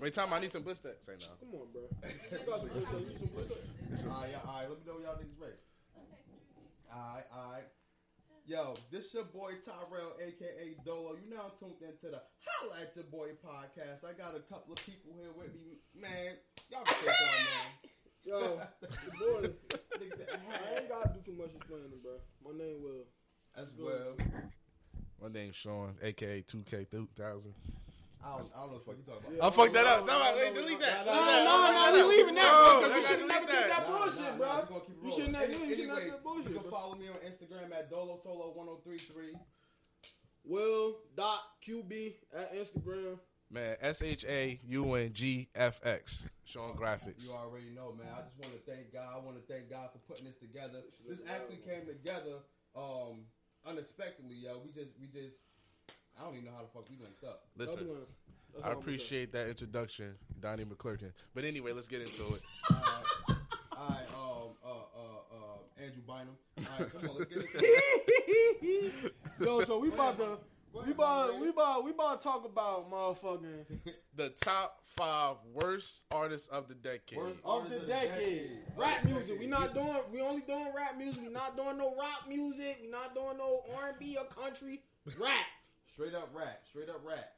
Anytime I need some butt sex, say no. Come on, bro. You got some pussy, you some pussy. All right, all right. Let me know when y'all niggas ready. All right, all right. Yo, this your boy Tyrell, aka Dolo. You now tuned into the Holla at Your Boy podcast. I got a couple of people here with me, man. Y'all can take on, man. Yo, the boy, Niggas said, I ain't "Hey." gotta do too much explaining, bro. My name Will. As well, My name's Sean, aka 2K3000. I don't, I don't know what the fuck you talking about. Yeah. I fucked that up. No, No, no, hey, no, delete no, that. no, Delete no, that. Fuck that Oh, up. leaving no, no, we that, No, 'cause you I should've gotta never delete did that. that. bullshit, bro. we gonna keep it You rolling. shouldn't have- you shouldn't have anyway, said bullshit, You can bro. follow me on Instagram at dolosolo1033. Will dot QB at Instagram. Man, S H A U N G F X. Sean Graphics. You already know, man. I just want to thank God. I want to thank God for putting this together. This actually came together um unexpectedly, yo. We just, we just, I don't even know how the fuck we linked up. Listen, Other one. That's all I I'm gonna say. appreciate that introduction, Donnie McClurkin. But anyway, let's get into it. Alright, alright, um, uh, uh, uh, Andrew Bynum. Alright, come on, let's get it. Yo, so we about to, Go we ahead, about, man. we about, we about to talk about motherfucking The top five worst artists of the decade. Worst of artist the decade. Of the Rap music. decade. We not doing. We only doing rap music. We not doing no rock music. We not doing no R and B or country. Rap. straight up rap, straight up rap,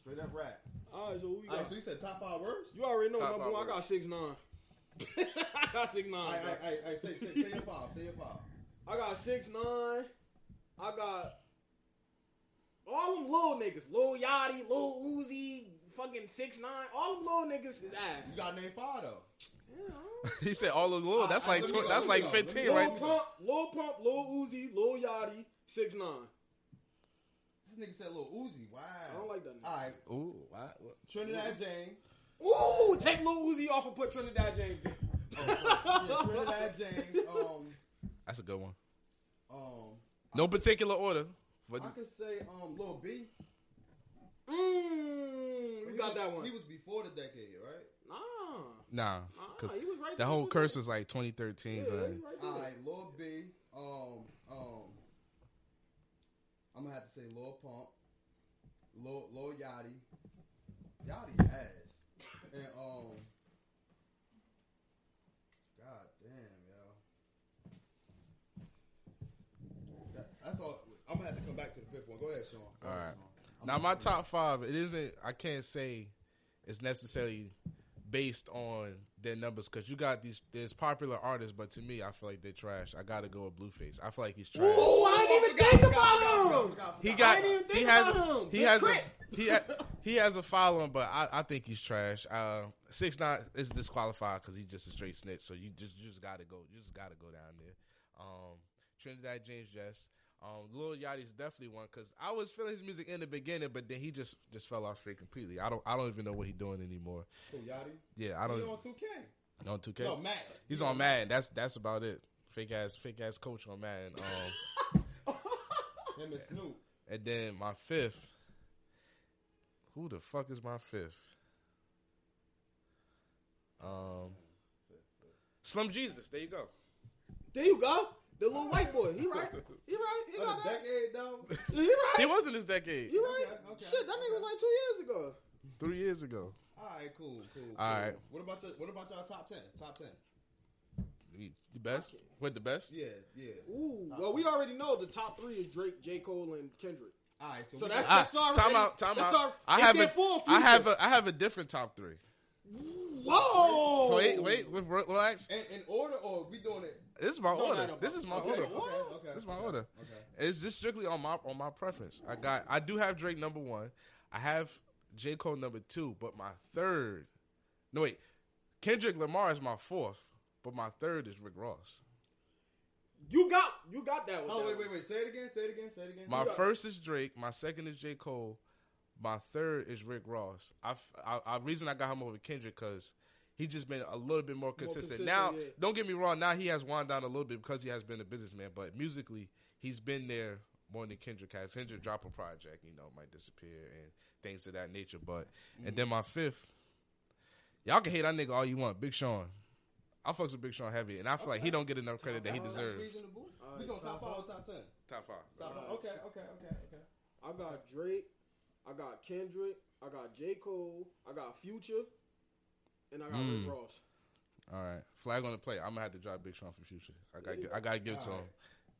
straight up rap. All right. So who we Alright, got? so you said top five words? You already know Top number five one. I got words. six nine. I got six nine. Alright, alright, alright, alright, say, say, say your five, say your five. I got six nine. I got all them little niggas. Lil Yachty, Lil Uzi, fucking six nine. All them little niggas is You ass. got name five though. Yeah, I don't- He said all of Lil. That's I- I- like let me tw- go, that's let like me go, let me fifteen, go. Lil right? Pump, Lil Pump, Lil Uzi, Lil Yachty, six nine. This nigga said Lil Uzi. Wow. I don't like that. Nigga. Alright, Ooh, what? Trinidad James. Ooh, take Lil Uzi off and put Trinidad James. in. yeah, Trinidad James. Um, That's a good one. um, No particular order, but I could say um Lil B. Mmm, He you Mm, got was- that one. He was before the decade, right? nah, nah, nah, because he was right. that there. whole He was curse right- is like 2013. yeah, man. he was right there. All right, Lil B. Um, um, I'm gonna have to say Lil Pump, Lil Lil Yachty, Yachty ass, and um, God damn, yo. That, that's all. I'm gonna have to come back to the fifth one. Go ahead, Sean. Go ahead, Alright. Sean. I'm Now gonna- my top five, it isn't. I can't say it's necessarily based on their numbers because you got these. There's popular artists, but to me, I feel like they're trash. I gotta go with Blueface. I feel like he's trash. Ooh, I didn't even think about him. forgot, he forgot. got. I didn't even he think has. about him. He Big has. Crit. A, he ha- he has a following, but I, I think he's trash. Uh, six nine is disqualified because he's just a straight snitch. So you just you just gotta go. You just gotta go down there. Um, Trinidad James Jess. Um, Lil Yachty's definitely one because I was feeling his music in the beginning, but then he just just fell off straight completely. I don't I don't even know what he's doing anymore. Who, Yachty? Yeah, I He don't on 2K. on 2K. No, Matt. He's on Madden. That's that's about it. Fake ass fake ass coach on Madden. Um, Him and Snoop. and then my fifth. Who the fuck is my fifth? Um, Slim Jesus. There you go. There you go. The little white boy. He right. He right. He Of got the that. decade, though. He right. He was in this decade He right. Okay, okay, Shit, that nigga was like two years ago. three years ago. All right, cool, cool. cool. Alright. What about your, what about y'all top ten? Top ten. The best with the best. Yeah, yeah. Ooh, well, we already know the top three is Drake, J. Cole, and Kendrick. All right, so, So we that's- got, Ah, It's already- time out. Time it's out. al- I it's have their a, full I have future. a I have a different top three. Whoa! So wait, wait, with- relax. in, in order or we doing it? This is my Don't order. matter. This is my Okay, order. okay, okay, This is my okay, order. okay. It's just strictly on my on my preference. I got I do have Drake number one. I have J Cole number two, but my third. No wait, Kendrick Lamar is my fourth, but my third is Rick Ross. You got, you got that one. Oh wait, wait, wait. Say it again. Say it again. Say it again. My got- first is Drake. My second is J Cole. My third is Rick Ross. I f- I, I- reason I got him over Kendrick because. He just been a little bit more consistent. consistent, now, yeah. don't get me wrong. Now he has wound down a little bit because he has been a businessman. But musically, he's been there more than Kendrick has. Kendrick drop a project, you know, might disappear and things of that nature. But and then my fifth, y'all can hate that nigga all you want. Big Sean, I fucks with Big Sean heavy, and I feel like he don't get enough credit that he Uh, that's deserves. reasonable. All we right, doing top top five or top ten? Top five. Top All five. right. Okay, okay, okay, okay. I got Drake. I got Kendrick. I got J. Cole, I got Future, and I got Mm. Rick Ross. All right, flag on the play. I'm gonna have to drop Big Sean for future. I got, to I gotta give it to All him. right.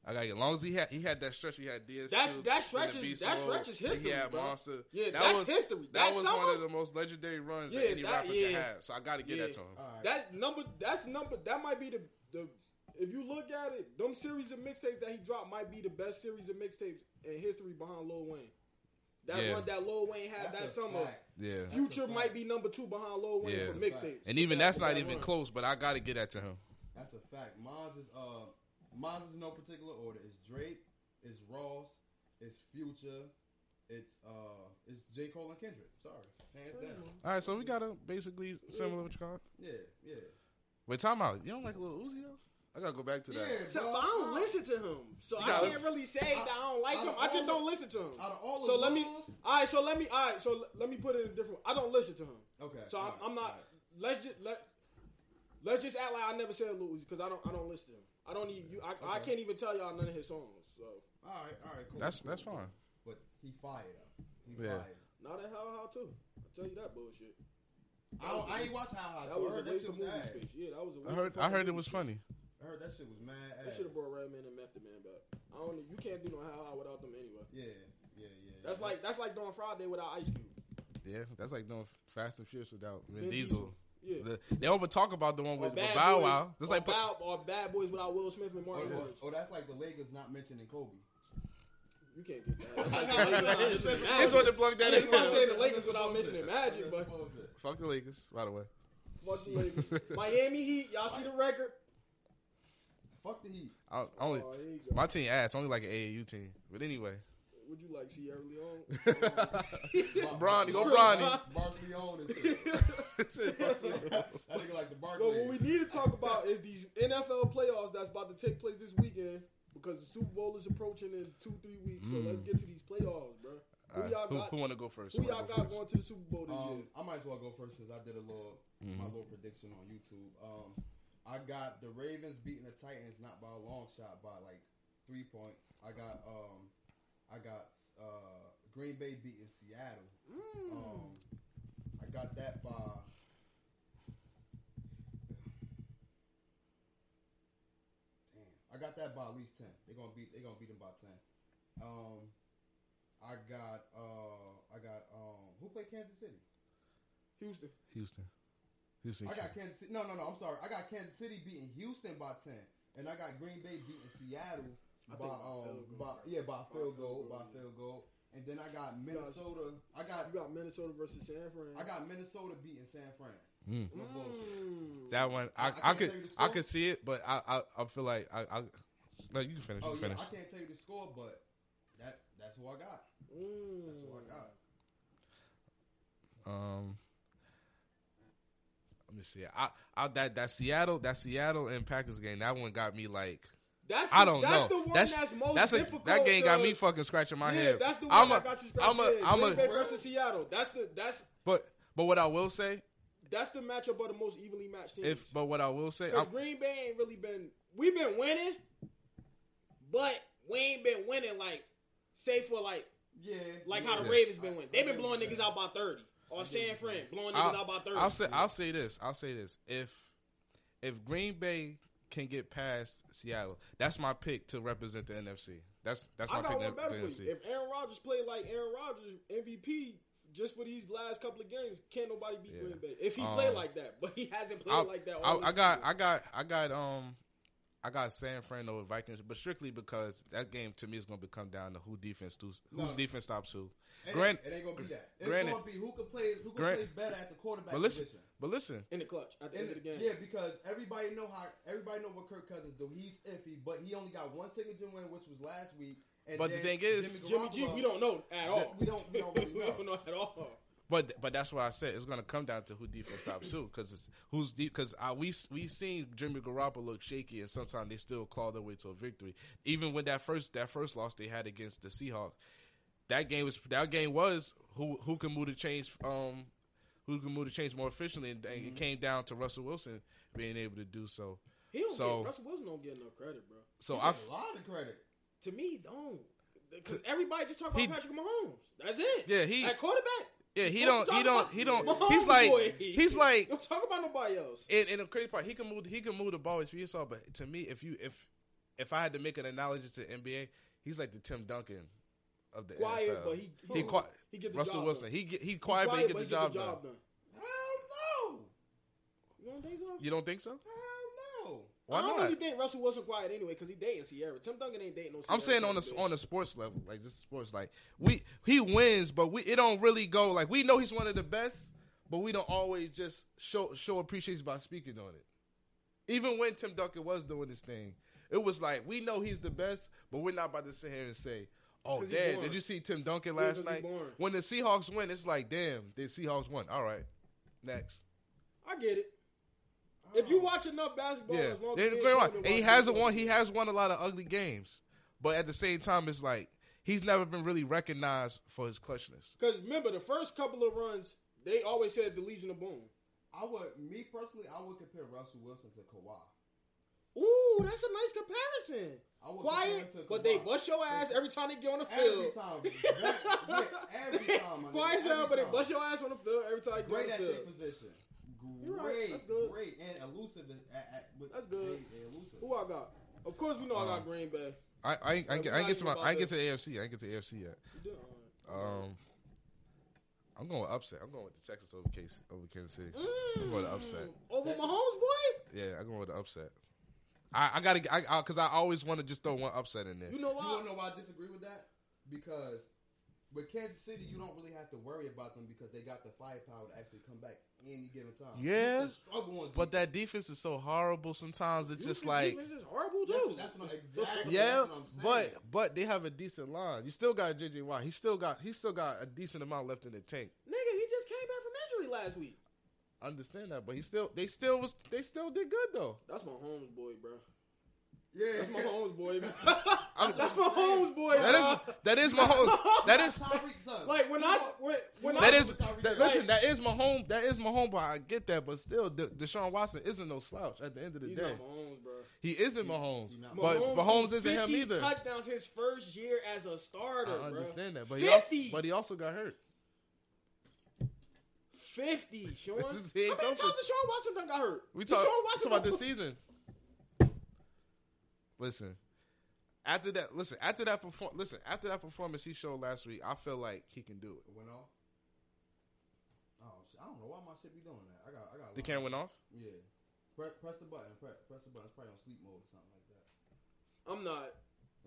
I got to as long as he had, he had that stretch. He had DS. That's- too, that and the stretch is- Beast that Mode, stretch is and history, He had bro. Monster. Yeah, That that's was- history. That That was summer, one of the most legendary runs Yeah, that any that- rapper yeah. can have. So I got to give Yeah. that to him. All right. that number, that's number, that might be the the. If you look at it, them series of mixtapes that he dropped might be the best series of mixtapes in history behind Lil Wayne. That Yeah. run that Lil Wayne had That's a that summer, fact. Yeah, That's a Future fact. might be number two behind Lil Wayne Yeah. for That's a mixtapes. fact. and even That- that's not that even run. close. But I got to give that to him. That's a fact. Mons is uh, Mons is no particular order. It's Drake, it's Ross, it's Future, it's uh, it's J Cole and Kendrick. Sorry, hands down. All right, so we got to basically similar what you call it. Yeah, yeah. Wait, time out. You don't like Lil Uzi though? I gotta go back to that. Yeah, Except bro. I don't Nah. listen to him, so You I gotta- can't really say that I don't like I- him. I I just don't- don't listen to him. Out of all the So let me. Mons- All right, so let me. All right, so l- let me put it in a different. I don't listen to him, Okay. so I'm, alright, I'm not. alright. Let's just let. Let's just act like I never said Lil Uzi because I don't. I don't listen to him. I don't even. You, I, I Okay. can't even tell y'all none of his songs. So All right, all right, cool. That's cool, that's cool. fine. But he fired up. He Yeah. fired. not at how how too. I tell you that bullshit. I, don't, I ain't watch How High. That so I was heard a that waste shit of was movie ass. space. Yeah, that was. A waste I heard of I fucking heard it movie was space. funny. I heard that shit was mad They ass. should have brought Redman and Method Man back. I don't. know. You can't do no how how without them anyway. Yeah, yeah, yeah. That's like that's like doing Friday without Ice Cube. Yeah, that's like doing Fast and Furious without Vin, Vin Diesel. Diesel. Yeah. The- they over talk about the one Or with, with Bad Bow Boys- Wow. That's or like put- bad, or Bad Boys without Will Smith and Oh, Martin oh, Lawrence. oh, that's like the Lakers not mentioning Kobe. You can't get that. I just That's wanted to plug that That's what I'm in. saying. the Lakers without mentioning Magic, but- Fuck the Lakers, by the way. Fuck the Lakers. Miami Heat, y'all see the record? Fuck the Heat. I, I only Oh, here you go. my team ass only like an AAU team, but anyway. Would you like Sierra Leone? Bronny, go Bronny. Barcelona and shit. That nigga like the But Barclays. what we need to talk about is these NFL playoffs that's about to take place this weekend because the Super Bowl is approaching in two, three weeks. So Mm. let's get to these playoffs, bro. Who All right, y'all who, got? who want to go first? Who Who wanna y'all go got first? going to the Super Bowl this Um, year? I might as well go first since I did a little my Mhm. little prediction on YouTube. Um, I got the Ravens beating the Titans not by a long shot, by like three points. I got um, I got uh, Green Bay beating Seattle. Um, I got that by. Damn, I got that by at least ten. They're gonna beat. They're gonna beat them by ten. Um, I got. Uh, I got. Um, who played Kansas City? Houston. Houston. Houston. I got Kansas City. No, no, no. I'm sorry. I got Kansas City beating Houston by ten, and I got Green Bay beating Seattle I by think by um field goal. by yeah by By field field goal by goal, yeah. field goal, and then I got Minnesota. I got You got Minnesota versus San Fran. I got Minnesota beating San Fran. Mm. No bullshit. Mm. that one. I- I I, can't I, tell you could the score. I could see it, but I I, I feel like I, I no you can finish. You Oh can yeah, finish. I can't tell you the score, but that that's who I got. Mm. That's who I got. Um, let me see. I, I that that Seattle that Seattle and Packers game that one got me like That's I don't that's know. The one that's, that's most that's a, difficult. that game got to- me fucking scratching my yeah, head. That's the one I'm that a, got you I'm a- scratched. I'm a- Green Bay versus Seattle. That's the that's but but what I will say that's the matchup of the most evenly matched teams. if but what I will say Because I'm- Green Bay ain't really been. We've been winning, but we ain't been winning like, say for like Yeah, like yeah. how the Yeah. Ravens I- been winning. I They've been agree blowing with niggas that. out by thirty I or agree San with Fran that. blowing I'll- niggas out by 30 I'll say I'll say this I'll say this if if Green Bay can get past Seattle that's my pick to represent the NFC. That's that's my I got pick one to better represent for the you. NFC. If Aaron Rodgers played like Aaron Rodgers MVP just for these last couple of games, can't nobody beat Yeah. Green Bay if he Um, played like that. But he hasn't played I- like that. I, All I got, I got, I got, um, I got San Fran over Vikings, but strictly because that game to me is going to come down to who defense do, whose No. defense stops who. It, Gran- ain't- it ain't gonna be that. It's granted- gonna be who can play who can Gran- play better at the quarterback But listen, position. but listen, in the clutch at the In end of the the- game. Yeah, because everybody know how everybody know what Kirk Cousins do. He's iffy, but he only got one signature win, which was last week. And But the then thing is- Jimmy G, Garoppolo- we don't know at all. We don't- we don't really We know. at all. but but that's what I said. It's going to come down to who defense stops who because it's who's deep because we we seen Jimmy Garoppolo look shaky and sometimes they still claw their way to a victory. Even when that first that first loss they had against the Seahawks, that game was that game was who who can move the chains um who can move the chains more efficiently and, and it came down to Russell Wilson being able to do so. He don't So- get, Russell Wilson don't get enough credit, bro. So He I get a lot of credit. To me, he don't. Because everybody just talk about He- Patrick Mahomes. That's it. yeah he At quarterback, Yeah, he Don't don't. He talk don't. about He don't. my He's like. homeboy. He's like. Don't talk about nobody else. And, and the crazy part, he can move. He can move the ball as for yourself. But to me, if you if if I had to make an analogy to NBA, he's like the Tim Duncan of the Quiet, NFL. but he he qui- he get the Russell job Wilson. Done. He get, he quiet, but he get the job done. done. Hell no. You want days off? You don't think so? Hell no. Why I don't not? really think Russell Wilson quiet anyway because he dating Sierra. Tim Duncan ain't dating no. Sierra I'm saying on a Sanders. on a sports level, like just sports, like we he wins, but we it don't really go like we know he's one of the best, but we don't always just show show appreciation by speaking on it. Even when Tim Duncan was doing this thing, it was like we know he's the best, but we're not about to sit here and say, "Oh, 'Cause he damn, boring. did you see Tim Duncan Yeah, 'cause last he night?" boring. When the Seahawks win, it's like, "Damn, the Seahawks won." All right, next. I get it. If you watch enough basketball, Oh. Yeah, as long They- as they right. you And he hasn't won. He has won a lot of ugly games, but at the same time, it's like he's never been really recognized for his clutchness. Because remember, the first couple of runs, they always said the Legion of Boom. I would, me personally, I would compare Russell Wilson to Kawhi. Ooh, that's a nice comparison. I would Quiet, compare him to but they Kawhi. bust your ass every time they get on the Every field. time. Great- yeah, every time. my Quiet nigga, as hell, every but they time. bust your ass on the field every time they Great get at on the their field. position. You're Great, right, that's good. great, and elusive. At, at, with, That's good. They, they elusive. Who I got? Of course, we know I Uh, Um, got Green Bay. I I, ain't- I, ain't get- I ain't get to my I ain't get to AFC. I ain't get to AFC yet. We did all right. Um, I'm going with upset. I'm going with the Texas over Case over Kansas City. I'm going to upset. Mm, over Mahomes, boy. Yeah, I'm going with the upset. I, I gotta I because I, always want to just throw one upset in there. You know You why? want to know why I disagree with that? Because with Kansas City, you don't really have to worry about them because they got the firepower to actually come back any given time. Yeah. Houston struggle on But defense. that defense is so horrible. Sometimes it's just Houston like defense is horrible That's- too. that's, what I'm exactly. Yeah, that's what I'm saying. but but they have a decent line. You still got JJ Watt. He still got he still got a decent amount left in the tank. Nigga, he just came back from injury last week. I understand that, but he still they still was they still did good though. That's my homes boy, bro. yeah, That's my homes boy. man. I'm- that's my homes boy. That bro. is that is my home. That is Tyreek's son. like when I s- when, when that I, is that, listen. That is my home. That is my home. But I get that. But still, De- Deshaun Watson isn't no slouch. At the end of the he's day, not Mahomes, bro. he isn't Mahomes. He not But Mahomes Mahomes threw isn't him 50 either. Touchdowns his first year as a I starter. understand bro. that. But he also, 50, but he also got hurt. fifty. Sean, how This is- he many ain't times done did Sean Watson done got hurt? We Did talk, Sean we talk Watson about done this took- season. Listen, after that, listen after that perform, listen after that performance he showed last week, I feel like he can do it. It went off. Oh, shit. I don't know why my shit be doing that. I got, I got. The locked. cam went off. Yeah. Press, press the button. Press, press the button. It's probably on sleep mode or something like that. I'm not.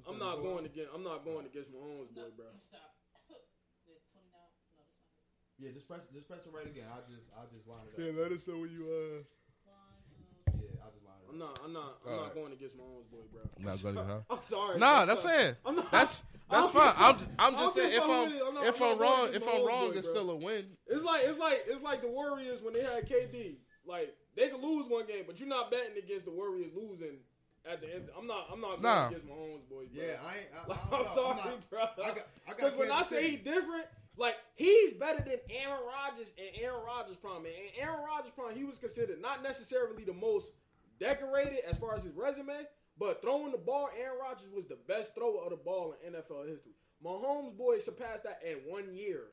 It's I'm on not the going board. again. I'm not going against Mahomes, boy, bro. Stop. There's 29. No, that's not it. Yeah, just press, just press it right again. I just, I just lined it up. let us know when you uh. One, two, Yeah, I just lined it up. I'm not. I'm not. I'm Alright. not going against Mahomes, boy, bro. Not going to, huh? I'm sorry. Nah, bro. that's it. I'm not- That's I that's don't fine. give a I'm fuck. I'm I don't just give a saying if fuck I'm who it is. I'm if not- I'm I'm not wrong worried. if It's my I'm old wrong boy, it's bro. still a win. It's like it's like it's like the Warriors when they had KD. Like they could lose one game, but you're not betting against the Warriors losing at the end. I'm not. I'm not going Nah. against Mahomes, boy. Bro. Yeah, I ain't. I, Like, I I'm don't know. sorry, I'm not, bro. I got, I Because got when I Kansas say he City. different, like he's better than Aaron Rodgers and Aaron Rodgers prime. And Aaron Rodgers prime, he was considered not necessarily the most decorated as far as his resume, but throwing the ball, Aaron Rodgers was the best thrower of the ball in NFL history. Mahomes boy surpassed that in one year.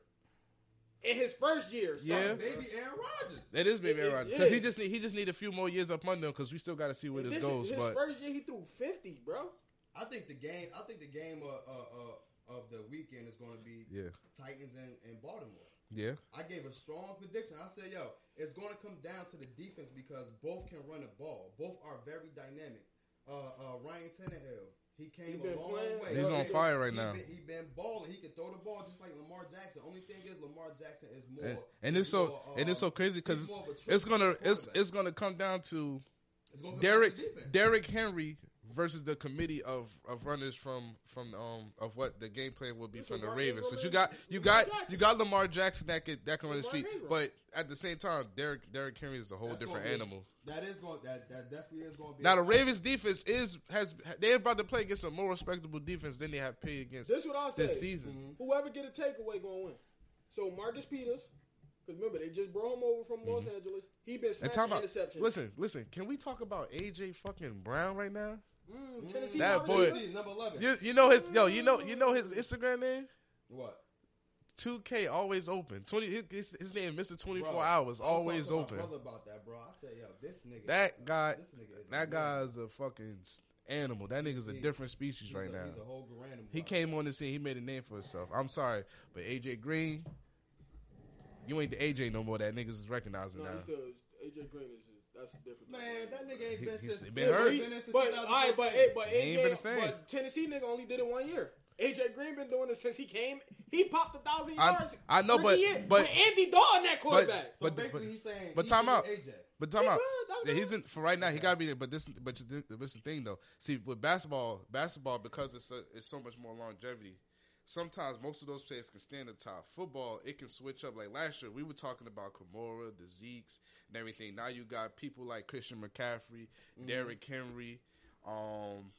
In his first year, starting, Yeah. bro. baby Aaron Rodgers. That is maybe It- it Aaron Rodgers because he is. just need he just need a few more years up under him because we still got to see where And this, is- goes. his But first year, he threw fifty, bro. I think the game. I think the game of uh, uh, of the weekend is going to be yeah, Titans and, and Baltimore. yeah, I gave a strong prediction. I said, yo, it's going to come down to the defense because both can run the ball. Both are very dynamic. Uh, uh, Ryan Tannehill, he He came been a long playing. way. He's He on been- fire right he now. Been, he been balling. He can throw the ball just like Lamar Jackson. Only thing is, Lamar Jackson is more. and, and it's is so more, uh, and it's so crazy because he's it's, more of a trick it's gonna it's quarterback. it's gonna come down to it's gonna come down to Derek defense. Derek Henry versus the committee of, of runners from from um of what the game plan will be Listen, from the Mark Ravens. So Ingram you and got you got Lamar Jackson. you got Lamar Jackson that could that can run the Lamar street, Ingram. but at the same time, Derek Derek Henry is a whole That's different gonna be- animal. That is going. That that definitely is going to be. Now the a- Ravens defense is has they're about to play against a more respectable defense than they have played against This Mm-hmm. what I'll say. this season. Whoever get a takeaway gonna win. So Marcus Peters, because remember they just brought him over from Los Angeles. He been And smashing Mm-hmm. talking about interceptions. listen, listen, can we talk about AJ fucking Brown right now? Mm, Tennessee That wide boy- receiver. number eleven. You, you know his yo, you know you know his Instagram name? What? 2K always open. Twenty. His, his name, Mister Twenty Four Bro, Hours, I was always talking to open. my brother about that, bro. I said, yo, this nigga. That guy- this nigga is That amazing. guy's a fucking s- animal. That nigga's a He's- different species He's right a- now. He's a whole grand He bro. came on the scene. He made a name for himself. I'm sorry, but AJ Green, you ain't the AJ no more. That niggas is recognizing No, now. he's still AJ Green is just, that's a different. Man, type of that man. nigga ain't He- been he's since. been he's hurt. been in since But all right, but 2015. but He ain't been the AJ, same. but Tennessee nigga only did it one year. AJ Green been doing it since he came. He popped a thousand I- yards. I know, rookie but- year but- with Andy Dalton that quarterback. So But- basically, but- he's saying. but he time should out. be AJ. But time out. good, that's Yeah, he's good. in for right now. He Okay. gotta be there. But this, but you thi- but this the thing though. See, with basketball, basketball because it's a, it's so much more longevity. Sometimes most of those players can stand the top. Football, it can switch up. Like last year, we were talking about Kamara, the Zeeks, and everything. Now you got people like Christian McCaffrey, Derrick Henry. Um,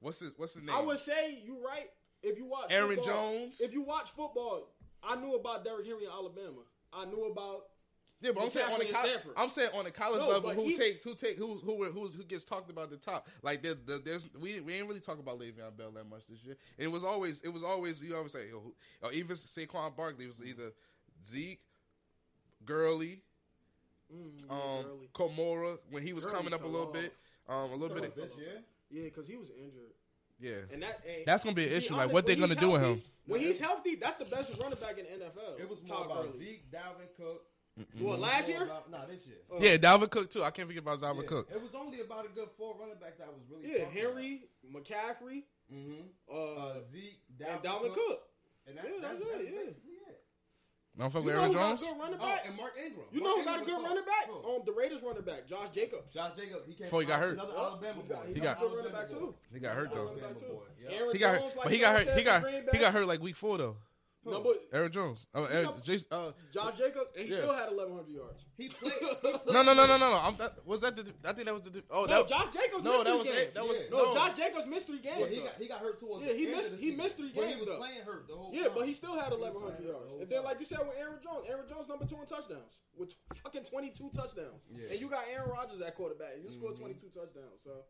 what's his what's his name? I would say you right if you watch Aaron football- Jones. If you watch football, I knew about Derrick Henry in Alabama. I knew about Yeah, but I'm saying, on the McCaffrey and college, Stafford. I'm saying on the college No, level, but who he- takes who take who who who who's, who gets talked about at the top? Like there, there, there's we we ain't really talking about Le'Veon Bell that much this year. And it was always it was always you always say oh, who- or even Saquon Barkley it was either Zeke, Gurley, mm, yeah, um, Gurley. Komora when he was Gurley coming up a fell little off. bit, um, a little Talking bit. about this year. Yeah, because he was injured, yeah, and that and that's gonna be an to be issue. like honest, what they when gonna he's do with healthy- him? When he's healthy, that's the best running back in the NFL. It was more Todd about Gurley. Zeke, Dalvin Cook. Well, It was last more year? about- Nah, this year. Uh, yeah, Dalvin Cook too. I can't forget about Dalvin Yeah. Cook. It was only about a good four running backs that I was really. Uh, yeah, Henry, McCaffrey, hmm uh, Uh, Zeke, Dalvin, and Dalvin Cook. And that, Yeah, that's that's, that's it, yeah. basically it. Don't fuck You with know Aaron who got Jones. a good running Oh, back? and Mark Ingram. You Mark know who got a Ingram good was running tough. back? Cool. Um, the Raiders running back, Josh Jacobs. Josh Jacob. He came Before he got out, hurt. Another Yup, Alabama he got- boy. he He got- got a good running back Alabama too. boy. He got hurt though. Running back too. Yup. Aaron He got hurt. Jones, like But he got y'all hurt. said, He got for Green he got Bay. hurt like week four though. Number Aaron Jones. Oh, You Aaron, know- Jason, uh, John Jacobs, and he Yeah. still had 1,100 yards. He played. he played- No, no, no, no, no, no. I'm, that, was that the? I think that was the. Oh, No, that. Josh Jacobs no, missed that three was games. it. That was Yeah. no, no. Josh Jacobs missed three games. Yeah, he though. got he got hurt towards Yeah, the he end missed- Of the he season. missed three Well, games, He was though. playing hurt the whole yeah, time. but he still had He was 1,100 playing the yards. whole And then, time. like you said, with Aaron Jones, Aaron Jones number two in touchdowns with tw- fucking 22 touchdowns. Yeah. And you got Aaron Rodgers at quarterback. And you scored Mhm. 22 touchdowns. So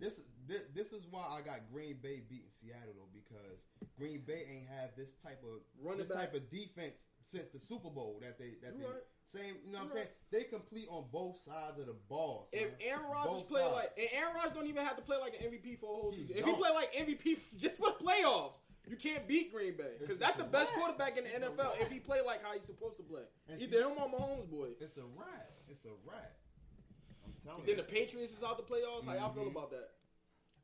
This, this this is why I got Green Bay beating Seattle though because Green Bay ain't have this type of Running this back. type of defense since the Super Bowl that they that You they right. same you know You what I'm saying they complete on both sides of the ball. son. If Aaron Rodgers Both play sides. like, and Aaron Rodgers don't even have to play like an MVP for a whole He season. If he don't. play like MVP f- just for the playoffs, you can't beat Green Bay It's- because that's it's the a best wrap. quarterback in the It's a NFL. If wrap. he play like how he's supposed to play, And either see- him or Mahomes, boy. it's a rat, it's a rat. I'm telling Then you. the Patriots is out the playoffs. How y'all feel Mhm. about that?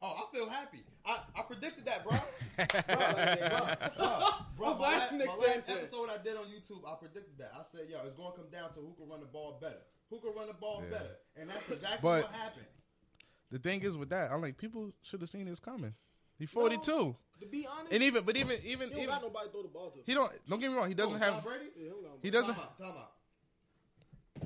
oh, I feel happy. I, I predicted that, bro. bro, Right. bro, bro, I'm my, glad la- Nick my said last that. episode I did on YouTube, I predicted that. I said, yo, it's gonna come down to who can run the ball better. Who can run the ball Yeah. better? And that's exactly But- what happened. The thing is with that, I'm like people should have seen this coming. He's 42, To be honest, and even but even even, he don't even got nobody to throw the ball to. he don't. Don't get me wrong. He doesn't Oh, Tom have. Brady? Yeah, don't got He nobody. doesn't- Time out, time out.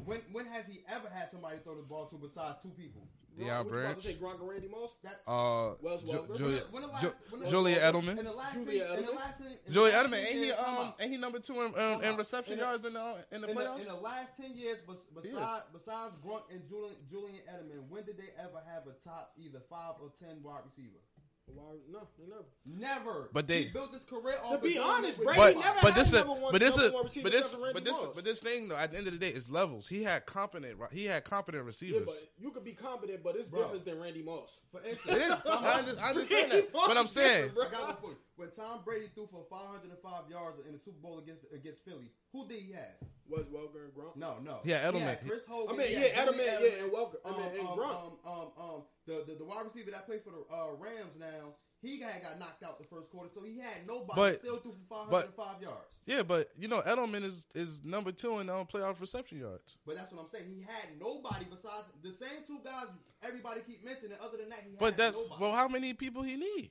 When when has he ever had somebody throw the ball to besides two people? Deion Gronk- what you about to Branch. say, Gronk and Randy Moss. That Uh, Wells Ju- Welker. Julia, when the Ju- last, when the, Julia Edelman. And the last Julia thing, and the Edelman. last thing, and the Julia last Edelman. ten Ain't he years- time um? out. Ain't he number two in, um, in Time out. reception In the- yards in the uh, in the in, playoffs? the, in the last ten years, bes- Yes. besides besides Grunt and Julian, Julian Edelman, when did they ever have a top either five or ten wide receiver? Why- No, they never. Never. But they- he built this career off. To of be doing honest, it with Brady but nobody. never but had this is number one- but this number is one receiver but this except for Randy but this Moss. but this thing though at the end of the day is levels. He had competent ri- he had competent Yeah, receivers. but you could be competent, but it's Bro. different than Randy Moss. For It is. instance, I, under- I understand that. But I'm saying I got one for you. When Tom Brady threw for 505 yards in the Super Bowl against against Philly, who did he have? Was Welker and Gronk? No, no. He had He Edelman. had Chris I Hogan. mean, he yeah, had Edelman, Julian yeah, and Welker. I Um, mean, and um, Gronk. um, um, um, the, the the wide receiver that played for the uh, Rams now, he had got knocked out the first quarter, so he had nobody. But- still threw for but- 505 yards. yeah, but you know Edelman is is number two in um, playoff reception yards. But that's what I'm saying. He had nobody besides the same two guys everybody keep mentioning. Other than that, he But had that's nobody. well, how many people he need?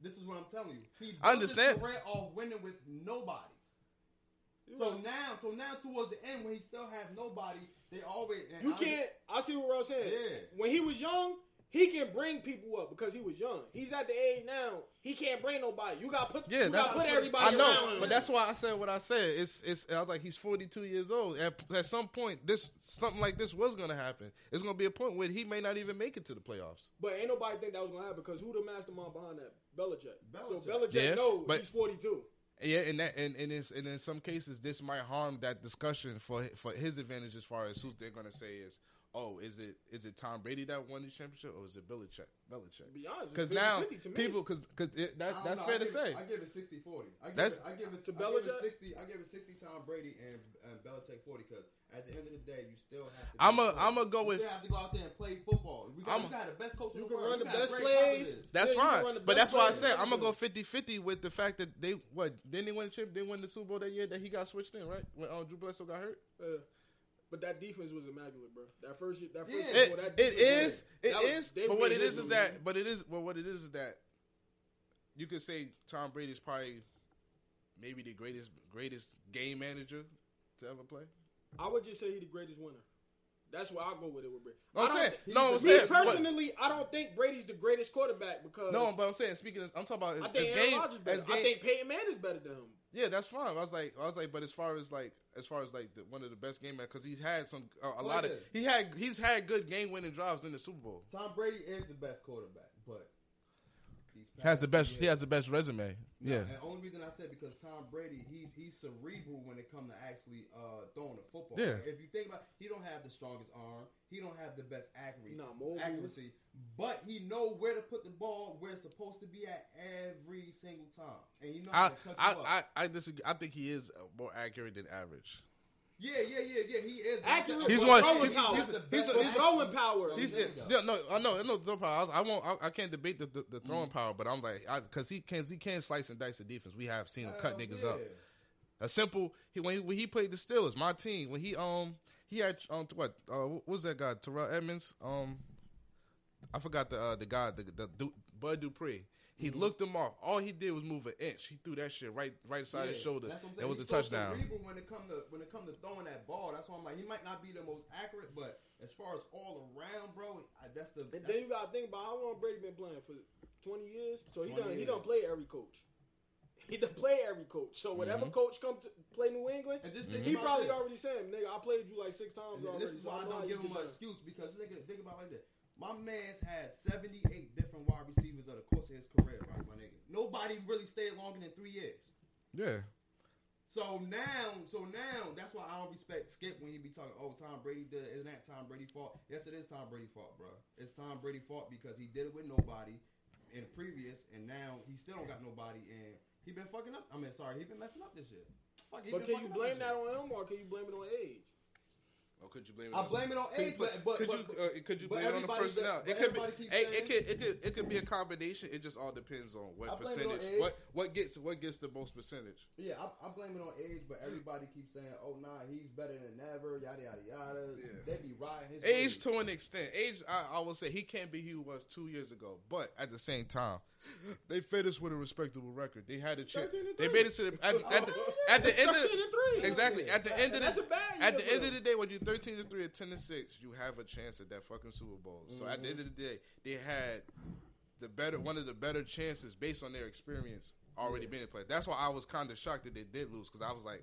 This is what I'm telling you. He I built his understand. career off winning with nobodies. You So right. now, so now towards the end, when he still have nobody, they always and You I- can't. I see what Rose saying. Yeah. When he was young, he can bring people up because he was young. He's at the age now. He can't bring nobody. You got put. Yeah, you that's- got put I everybody around know, him. but that's why I said what I said. It's it's. I was like, he's 42 years old. At, at some point, this something like this was going to happen. It's going to be a point where he may not even make it to the playoffs. But ain't nobody think that was gonna happen because who the mastermind behind that? Belichick. So Belichick. Belichick Yeah, knows but- he's forty two. Yeah, and that and, and, it's, and in some cases this might harm that discussion for hi- for his advantage as far as who they're gonna say is oh is it is it Tom Brady that won the championship or is it Belichick Belichick To be honest, because it's 50 now 50 to me. people because that, I that's don't know, I fair to give say It, I give it 60 40. I give That's- it, I give it, To I give Belichick? it 60. I give it 60 Tom Brady and, and Belichick 40 because at the end of the day, you still have to. I'm be a good. I'm gonna go you with still have to go out there and play football. We got, I'm you got the best coach You in can the world. run You the got best great plays. positives. That's Yeah, you can run the fine, but best that's why I players said in I'm gonna go everything. 50-50 with the fact that they what didn't they win the chip? They won the Super Bowl that year that he got switched in, right? When um, Drew Bledsoe got hurt. Yeah. But that defense was immaculate, bro. That first year, that first Yeah. year, It, boy, that it defense was- is it that was- is, they but what made it him is is lose. that but it is but what it is is that you could say Tom Brady's probably maybe the greatest greatest game manager to ever play. I would just say he's the greatest winner. That's where I'll go with it with Brady. No, I'm I don't saying- thi- no, I'm me saying- personally, I don't think Brady's the greatest quarterback because No, but I'm saying speaking, of, I'm talking about I as, as think Aaron game Rodgers better. as game. I think Peyton Manning's better than him. yeah, that's fine. I was like, I was like, but as far as like as far as like the, one of the best game because he's had some uh, a Well, lot of yeah. he had he's had good game winning drives in the Super Bowl. Tom Brady is the best quarterback, but these Has the past best. few He years- has the best resume. No, Yeah. And the only reason I said because Tom Brady, he he's cerebral when it comes to actually uh, throwing the football. Yeah. If you think about, he don't have the strongest arm. He don't have the best accuracy. Nah, mobile. accuracy, but he know where to put the ball where it's supposed to be at every single time, and he know how I, to cut you I, up. I, I disagree. I think he is uh, more accurate than average. yeah, yeah, yeah, yeah. He is Accurate He's but one- throwing he's- power. he's- He's, he's- he's- throwing power. Oh, He's, there we yeah, go. no, I know, I know. No power. I, I won't. I, I can't debate the, the, the Mm. throwing power, but I'm like, because he can, he can slice and dice the defense. We have seen him cut Hell niggas yeah. up. A simple. He when, he when he played the Steelers, my team. When he um he had um what uh what was that guy Terrell Edmonds um I forgot the uh, the guy the, the Du- Bud Dupree. He Mm-hmm. looked him off. All he did was move an inch. He threw that shit right right side of his Yeah, shoulder. that's what I'm It saying. was a He's so touchdown. cerebral When it come to when it come to throwing that ball, that's why I'm like he might not be the most accurate, but as far as all around, bro, I, that's the. And then you gotta think about how long Brady been playing for twenty years. So he 20 done he years. done play every coach. He done play every coach. So whatever Mm-hmm. coach come to play New England, and just think he about probably this. already said, "Nigga, I played you like six times And already." this is so why I know how don't you give him get an down." excuse because nigga, think about it like this. My man's had 78 different wide receivers over the course of his career, right, my nigga. Nobody really stayed longer than three years. Yeah. So now, so now, that's why I don't respect Skip when he be talking. Oh, Tom Brady did. it. Isn't that Tom Brady fault? Yes, it is Tom Brady fault, bro. It's Tom Brady fault because he did it with nobody in the previous, and now he still don't got nobody, and he been fucking up. I mean, sorry, he been messing up this shit. Fuck, he But can been you fucking up blame this that shit. on him or can you blame it on age? Or Oh, could you blame I blame it on Could you age, put- but but, could but, you uh, could you but blame it on the everybody does- personnel? but It could be everybody it, keeps it saying- could it could it could be a combination. It just all depends on I what blame it on percentage age. what what gets what gets the most percentage. Yeah, I, I blame it on age, but everybody keeps saying, "Oh, nah, he's better than ever." Yada yada yada. Yeah. They be riding his Age wave. to an extent. Age I, I will say he can't be who he was two years ago, but at the same time, they fed us with a respectable record. They had a chance. 13 and They three. made it to the at, at the Oh, at the end of 13 and three. Exactly. At the end of That's the a bad at year the end for of them. the day, when you're 13 to three or 10 to six, you have a chance at that fucking Super Bowl. So at the end of the day, they had the better one of the better chances based on their experience already being in play. That's why I was kind of shocked that they did lose because I was like,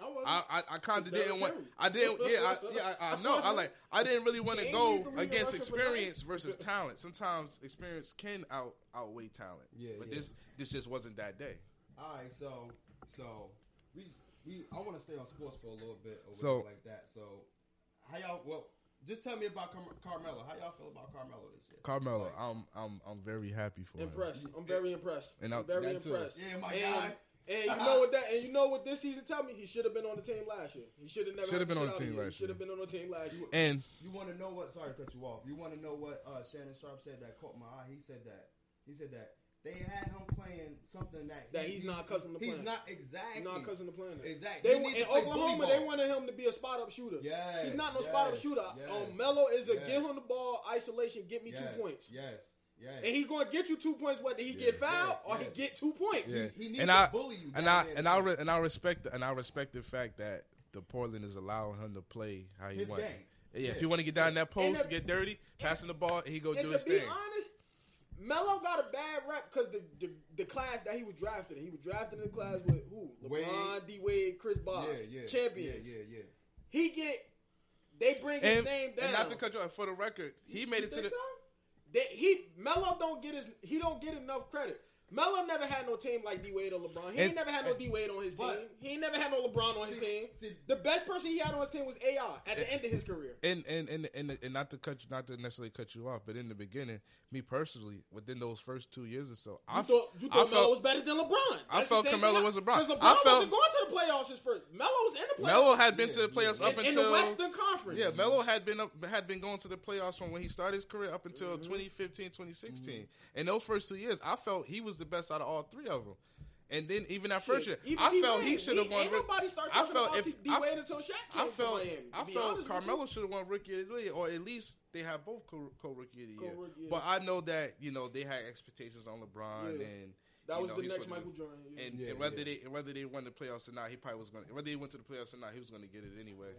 I wasn't. I I, I kind of It's better didn't want. theory. I didn't. Yeah, I, yeah. I, I know. I like. I didn't really want to Ain't go need for me to against rush it for nothing. experience versus talent. Sometimes experience can out outweigh talent. Yeah, but yeah. this this just wasn't that day. All right, so so we we I want to stay on sports for a little bit or So- whatever like that. So how y'all? Well, just tell me about Car- Carmelo. How y'all feel about Carmelo this year? Carmelo, I'm I'm I'm very happy for impressed. I'm very impressed. And I- I'm very that too. impressed. Yeah, my guy. And, and you know what that and you know what this season tell me? He should have been on the team last year. He should have never Should have had been to on sit the team out a year. He last should have been on the team last year. And You want to know what? Sorry, to cut you off. You want to know what uh, Shannon Sharp said that caught my eye. He said that. He said that they had him playing something that That he's not accustomed to He's playing. not exactly. He's not cousin the planet. Exactly. They He wa- needs in to play Oklahoma bully they ball. wanted him to be a spot up shooter. Yes, He's not no yes, spot up shooter. yes. Um, Melo is a Yes. give him the ball, isolation, get me Yes, two points. Yes. Yes. And he's gonna get you two points whether he get Yeah. fouled or Yes. he get two points. Yeah. He needs And to I- bully you. and I goddamn and I thing. re- and I respect the, and I respect the fact that the Portland is allowing him to play how he His wants. game. Yeah, Yeah. if you want to get down that And post, the- get dirty, passing the ball, he go And do to his be thing. honest, Melo got a bad rep because the, the the class that he was drafted, in. he was drafted in the class with who? Wade. LeBron, D Wade, Chris Bosh, yeah, yeah, champions. Yeah, yeah, yeah. He get they bring his And, name down. and not to cut you off, for the record, he made You it to the. think so? They- he Melo don't get his he don't get enough credit. Melo never had no team like D Wade or LeBron. And- He ain't never had no and- D Wade on his team. but- He ain't never had no LeBron on his team. See, The best person he had on his team was AI at the end of his career. And and and and, and not to cut you, not to necessarily cut you off, but in the beginning, me personally, within those first two years or so, You I thought you thought I Melo felt- was better than LeBron. I felt Carmelo was LeBron. Because LeBron I wasn't felt- going to the playoffs his first. Melo was in the playoffs. Melo had been Yeah, to the playoffs yeah. up in, in until the Western Conference. Yeah, Melo had been up, had been going to the playoffs from when he started his career up until Mhm. 2015, 2016. In those first two years, I felt he was the best out of all three of them. And then even that first year, Shit, even I D-Wade. felt he should have won. Ain't Ri- nobody start I talking felt about if- D I- Wade until Shaq came I felt to Miami. I to be felt honest with you. Carmelo should have won Rookie of the Year, or at least they had both co rookie of the year. Co-rookie, yeah. But I know that you know they had expectations on LeBron Yeah. and that you was know, the he's next what he Michael Jordan. yeah. and, Yeah, and whether yeah. they and whether they won the playoffs or not, he probably was going. to Whether they went to the playoffs or not, he was going to get it anyway.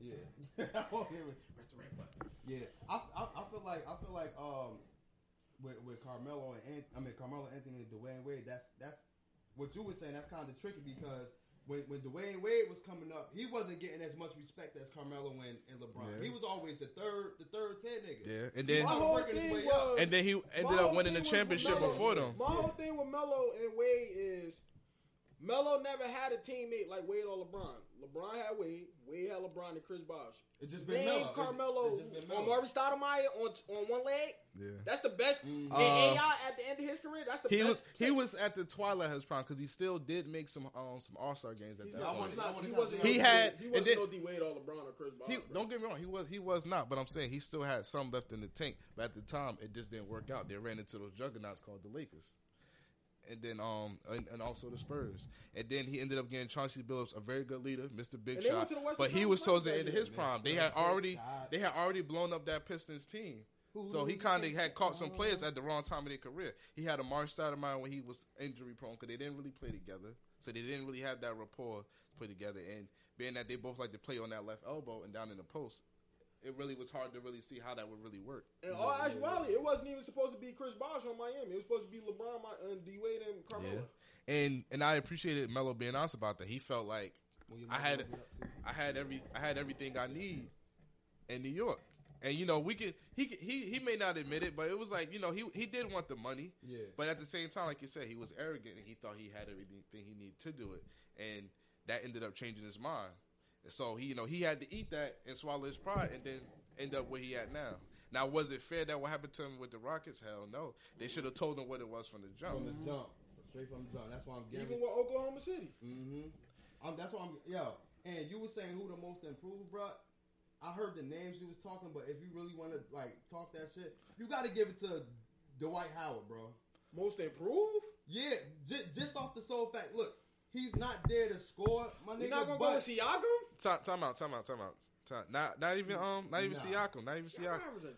Yeah. I won't hear it. Press the red button. Yeah. I, I, I feel like I feel like um with with Carmelo and Ant- I mean Carmelo Anthony and Dwayne Wade, that's that's what you were saying, that's kinda tricky because when when Dwayne Wade was coming up, he wasn't getting as much respect as Carmelo and, and LeBron. Yeah. He was always the third the third ten nigga. Yeah, and He then My was whole working his thing way up. was- and then he ended My up whole winning the thing with championship Melo- before them. My whole thing with Melo and Wade is Melo never had a teammate like Wade or LeBron. LeBron had Wade. Wade had LeBron and Chris Bosh. It just been Name Melo. It's- Carmelo it's just been on Melo. Maury Stoudemire on on one leg. Yeah. That's the best. Mm. And Uh, AI at the end of his career. That's the He best. was he was at the twilight of his prime because he still did make some um, some All Star games at He's that not, point. he's not, he He wasn't. no had- D- He and wasn't then- no D Wade or LeBron or Chris Bosh. He, bro. don't get me wrong, he was he was not, but I'm saying he still had some left in the tank. But at the time, it just didn't work out. They ran into those juggernauts called the Lakers, and then um and, and also the Spurs, and then he ended up getting Chauncey Billups, a very good leader, Mr. Big And they went Shot. to the Western But he Conference was towards the Finals end of that his year. prime. They had already they had already blown up that Pistons team. Who- So who- he who kind of takes- had caught some uh, players at the wrong time of their career. He had a March side of mine when he was injury prone because they didn't really play together, so they didn't really have that rapport put together. And being that they both like to play on that left elbow and down in the post, it really was hard to really see how that would really work. In all actuality, oh, it wasn't even supposed to be Chris Bosh on Miami. It was supposed to be LeBron, my, and D Wade, and Carmelo. And and I appreciated Melo being honest about that. He felt like Well, you I might had- open up to- I had every I had everything I need in New York. And you know we could he could- he he may not admit it, but it was like you know he he did want the money. Yeah. But at the same time, like you said, he was arrogant and he thought he had everything he needed to do it, and that ended up changing his mind. And so he, you know, he had to eat that and swallow his pride, and then end up where he at now. Now, was it fair that what happened to him with the Rockets? Hell no. They should have told him what it was from the jump. From the jump. Straight from the jump. That's why I'm Even giving with Oklahoma City. Mm-hmm. I'm, that's why I'm yo. And you were saying who the most improved, bro. I heard the names you was talking, but if you really want to like talk that shit, you got to give it to Dwight Howard, bro. Most improved? Yeah, j- just off the sole fact, look, he's not there to score, my You're nigga. not gonna but go with Siakam? Time, time out. Time out. Time out. Time, not not even um not even Nah. Siakam. Not even Siakam. Siakam was a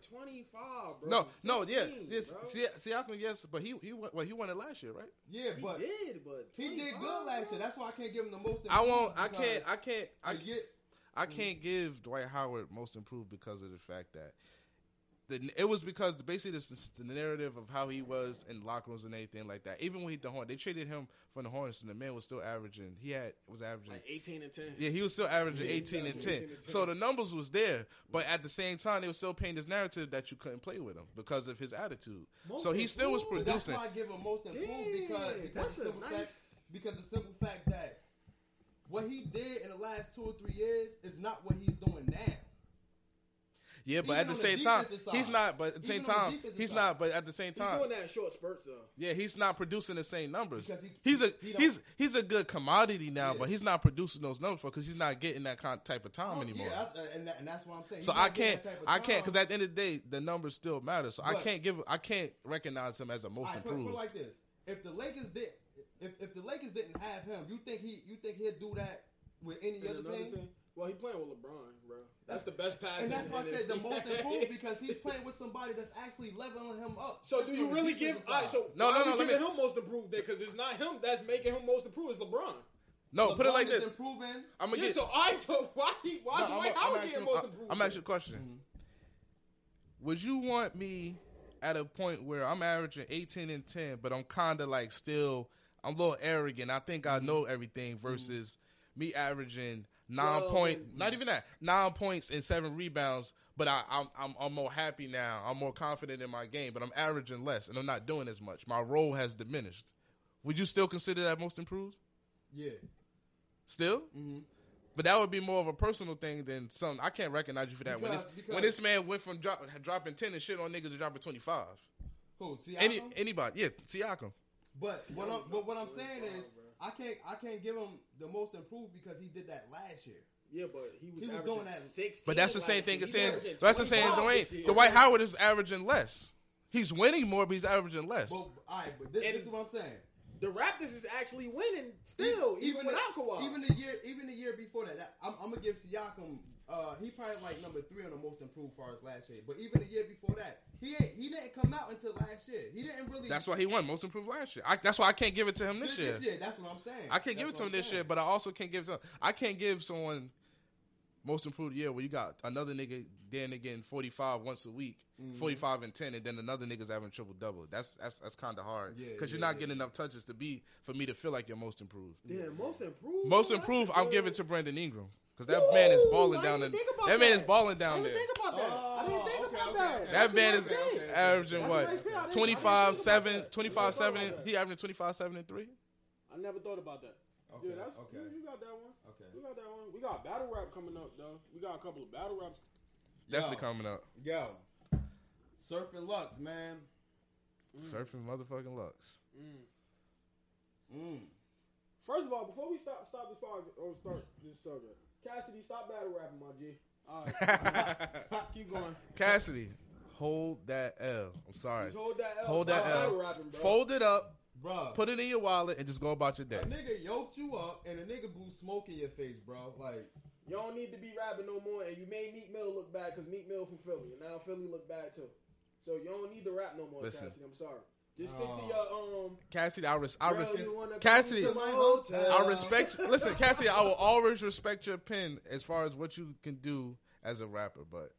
25, bro. No, no, yeah, 16, yes, bro. Si- Siakam, yes, but he he won, well he won it last year, right? yeah, he but did, but he did 25, good last bro? year. That's why I can't give him the most. I won't, improved I can't, because I can't, I I get I Mm-hmm. can't give Dwight Howard most improved because of the fact that the it was because basically this, the narrative of how he was in locker rooms and everything like that. Even when he the horn, they traded him from the Hornets, and the man was still averaging. He had was averaging. Like 18 and 10. Yeah, he was still averaging Yeah, 18 and 10. 18 and 10. So the numbers was there, Mm-hmm. but at the same time, they were still painting this narrative that you couldn't play with him because of his attitude. Most so he still was improved? But that's producing. why I give him most improved because, Damn, because that's the a simple nice- fact because the simple fact that what he did in the last two or three years is not what he's doing now. Yeah, but even at the on the same time, defensive he's side. not. But at the Even same on the time, defensive he's side. not. But at the same He's time, doing that in short spurts, though. Yeah, he's not producing the same numbers. Because he- he's a he don't- he's he's a good commodity now, Yeah. but he's not producing those numbers because he's not getting that kind type of time Oh, anymore. Yeah, that's- and, that, and that's what I'm saying. so He's I not getting can't, that type of I can't, time. because at the end of the day, the numbers still matter. So I But- can't give, I can't recognize him as a most Alright, put- improved. Put, it like this: if the Lakers did, if, if the Lakers didn't have him, you think he you think he'd do that with any And other another team? team- Well, he playing with LeBron, bro. That's the best pass. And that's why I said the most improved because he's playing with somebody that's actually leveling him up. So That's do on you the really give? defensive All right, side. so No, why no, are we no, let giving me- him most improved then because it's not him that's making him most improved. It's LeBron. no, put it LeBron like is this. Improving. I'm gonna Yeah, get. so I so why he why no, no, Dwight I'm, Howard asking, getting most I'm, improved? I'm asking you a question. Mhm. Would you want me at a point where I'm averaging 18 and 10, but I'm kind of like still, I'm a little arrogant. I think I know everything versus me averaging nine Well, point, not even that, nine points and seven rebounds. But I, I'm, I'm I'm more happy now. I'm more confident in my game. But I'm averaging less, and I'm not doing as much. My role has diminished. Would you still consider that most improved? Yeah. Still, Mm-hmm. but that would be more of a personal thing than something. I can't recognize you for that. when Because- this when because- this man went from drop, dropping ten and shit on niggas to dropping twenty five. Cool. See, Any anybody, yeah, Siakam. but what I'm but what I'm saying Really is wild, I can't I can't give him the most improved because he did that last year. Yeah, but he was, He was averaging doing that. 16 But that's the last same thing year. as He saying averaging that's the same 25 Dwight. this year. Dwight Howard is averaging less. He's winning more, but he's averaging less. But all right, but this, And- this is what I'm saying. The Raptors is actually winning still, even, without the, Kawhi. Even the year, even the year before that, that I'm, I'm gonna give Siakam. Uh, he probably like number three on the most improved far as last year. But even the year before that, he ain't, he didn't come out until last year. He didn't really. that's why he won most improved last year. I, that's why I can't give it to him this, year. That's what I'm saying. I can't give it That's to what him I'm this saying. year, but I also can't give it to I can't give someone most improved year where you got another nigga then again 45 once a week, Mm-hmm. Mhm. 45 and 10 and then another nigga's having triple double. That's that's that's kind of hard Yeah, cuz you're yeah, not yeah. getting enough touches to be for me to feel like you're most improved. Damn, most improved. Most bro, improved, that's a I'm good- giving to Brandon Ingram because that man is Ooh, balling I down. didn't in- think about that man that. is balling I down didn't there. think about that. I didn't think Oh, okay, about okay, that. okay. That That's a man nice is pick. okay. averaging That's a nice pick. I what didn't- I didn't think 25 about 7 that. 25 7 I never thought about he averaging 25 7 and 3 that. I never thought about that. Okay. yeah, that's, okay. You, you got that one. Okay. We got that one. We got battle rap coming up though. We got a couple of battle raps. definitely Yo, coming up Yo, surfing Lux, man. Mm, surfing motherfucking Lux mm. Mm. First of all, before we stop stop this pod or start this subject, Cassidy, stop battle rapping, my G. All right, keep going. Cassidy hold that L I'm sorry Just hold that L. Hold Stop that L. battle rapping, bro. fold it up Bruh, put it in your wallet and just go about your day a nigga yoked you up and a nigga blew smoke in your face, bro. Like, You don't need to be rapping no more, and you made Meek Mill look bad because Meek Mill from Philly, and now Philly look bad too. So you don't need to rap no more, Listen. Cassidy. I'm sorry. Just stick to Oh. your um. Cassidy I, res- I, girl, res- you wanna come Cassidy, to my hotel? I respect you. listen Cassidy I will always respect your pen as far as what you can do as a rapper but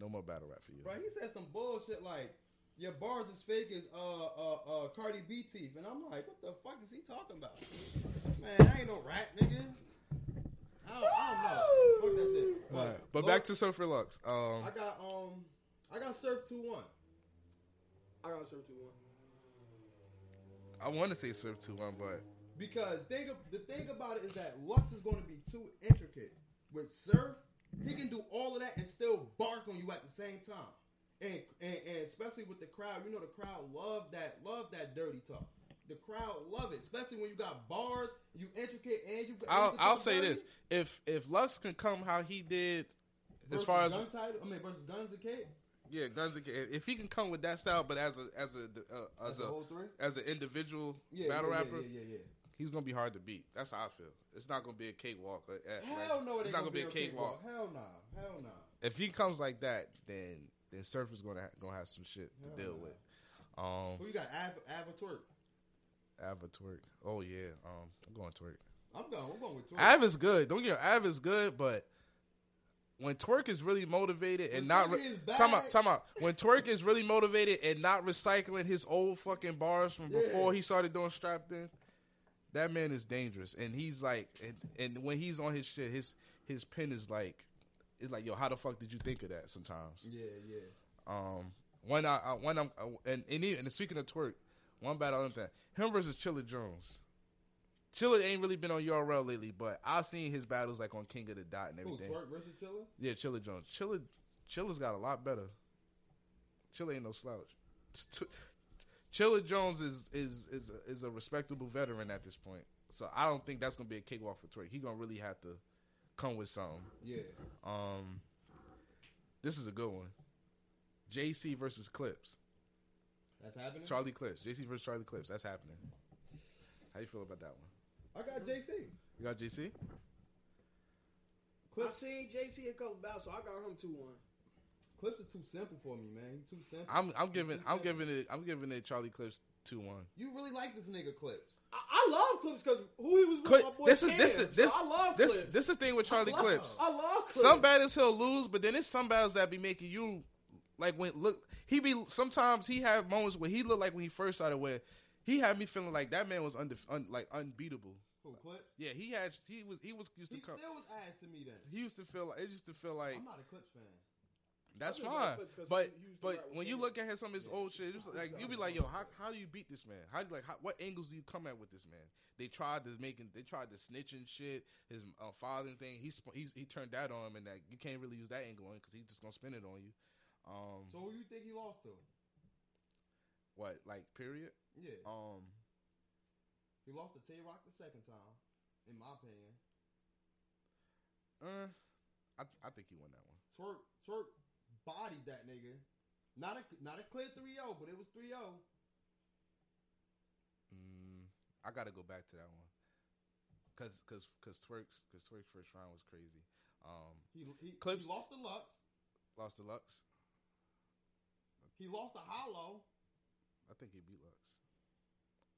no more battle rap for you bro, he said some bullshit like, your bars is fake as uh uh uh Cardi B teeth, and I'm like, what the fuck is he talking about? Man, I ain't no rap, nigga. I don't, I don't know. Fuck that shit. All right. but back to surfer Lux um I got um, I got surf two one. I gotta serve two one. I want to say Surf 2 1, but Because think of, the thing about it is that Lux is going to be too intricate. With Surf, he can do all of that and still bark on you at the same time. And, and, and especially with the crowd, you know the crowd love that love that dirty talk. The crowd love it, especially when you got bars, you intricate, and you. and you I'll, can I'll talk say dirty this: if if Lux can come how he did, as versus far as gun title, I mean versus Guns and Kid, yeah, Guns, N' K- if he can come with that style, but as a as a uh, as that's the a whole three. as an individual Yeah, battle yeah, yeah, rapper, Yeah, yeah, yeah. he's gonna be hard to beat. That's how I feel. It's not gonna be a cakewalk. uh, uh, Hell like, no, it it's ain't not gonna be a cakewalk. Hell nah, hell nah. If he comes like that, then then Surf is gonna ha- gonna have some shit to Hell deal nah. with. Um, Who you got? Av, Av or Twerk? Ava twerk. Oh yeah, um, I'm going twerk. I'm going. We're going with Twerk. Av is good. Don't get me wrong, Av is good, but when Twerk is really motivated and When not Twerk re- is time out, back. time out. When Twerk is really motivated and not recycling his old fucking bars from Yeah. before he started doing strapped in, that man is dangerous. And he's like, and, and when he's on his shit, his his pen is like, it's like, yo, how the fuck did you think of that? Sometimes, Yeah, yeah. um, when I, I when I'm uh, and and, he, and speaking of Twerk, one battle I'm thinking, him versus Chilla Jones. Chilla ain't really been on URL lately, but I've seen his battles like on King of the Dot and Who, everything. Twerk versus Chilla? Yeah, Chilla Jones. Chilla, Chilla's got a lot better. Chilla ain't no slouch. T- t- Chilla Jones is is is a, is a respectable veteran at this point, so I don't think that's gonna be a cakewalk for Twerk. He gonna really have to come with something. Yeah. Um, this is a good one. JC versus Clips. That's happening? Charlie Clips. JC versus Charlie Clips. That's happening. How you feel about that one? I got JC. You got JC? I Clips, seen JC a couple battles, so I got him two one. Clips is too simple for me, man. He too simple. I'm I'm giving I'm giving it I'm giving it Charlie Clips two one. you really like this nigga Clips. I, I love clips because who he was with, Clip, my boy this is Cam, this is this so I love this clips. this is the thing with Charlie love- Clips. I love clips. Some battles he'll lose, but then it's some battles that be making you like when look he be sometimes he have moments where he looked like when he first started where he had me feeling like that man was unde- un, like unbeatable. Who Clips? Yeah, he had he was he was used He to come. still was ass to me then. He used to feel like it used to feel like I'm not a Clips fan. that's I just like fine. Clips 'cause But he- he used to rap but with when you Kanye. look at his, some of his Yeah. old shit, it's like you be like, yo, how, how do you beat this man? How you like how, what angles do you come at with this man? They tried to making they tried to snitching shit, his uh, fathering thing. He sp- he he turned that on him, and that you can't really use that angle on because he's just gonna spin it on you. Um, So who you think he lost to? what like period? Yeah, Um, he lost to Tay Rock the second time, in my opinion. uh, I I think he won that one. Twerk, twerk, bodied that nigga. Not a not a clear 3-0, but it was oh. 3-0. Mm, I got to go back to that one. Cause, cause, cause Twerk's, cause Twerk's first round was crazy. Um, He he, Clips- he lost to Lux. lost to Lux. He lost to Hollow. I think he beat Lux.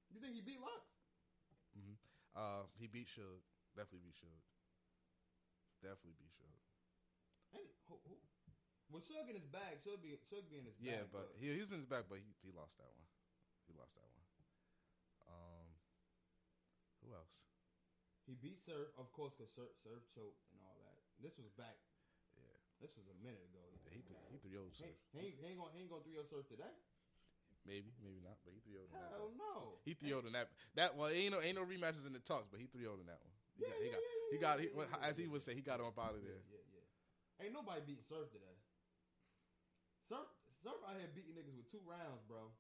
You think he beat Lux? Uh, he beat Suge. Definitely beat Suge. Definitely beat Suge. And who, who? When Suge in his bag, Suge be Suge be in his Yeah, bag. but he, he was in his back, but he, he lost that one. He lost that one. Um, who else? he beat Surf, of course, because Surf Surf choked and all that. This was back. Yeah. This was a minute ago. Yeah, He threw, he oh threw old He, Surf. he, ain't- he ain't gonna he ain't gonna three surf today. Maybe, maybe not, but he threw old in that. Hell one. no. He threw old in that. That well, ain't no ain't no rematches in the talks, but he threw old in that one. He Yeah, got, he got, yeah, he yeah, yeah, got, yeah, he, yeah, yeah, as he yeah, would say, he got him up out of there. Yeah, yeah, yeah. Ain't nobody beating Surf today. Surf Surf out here beating niggas with two rounds, bro.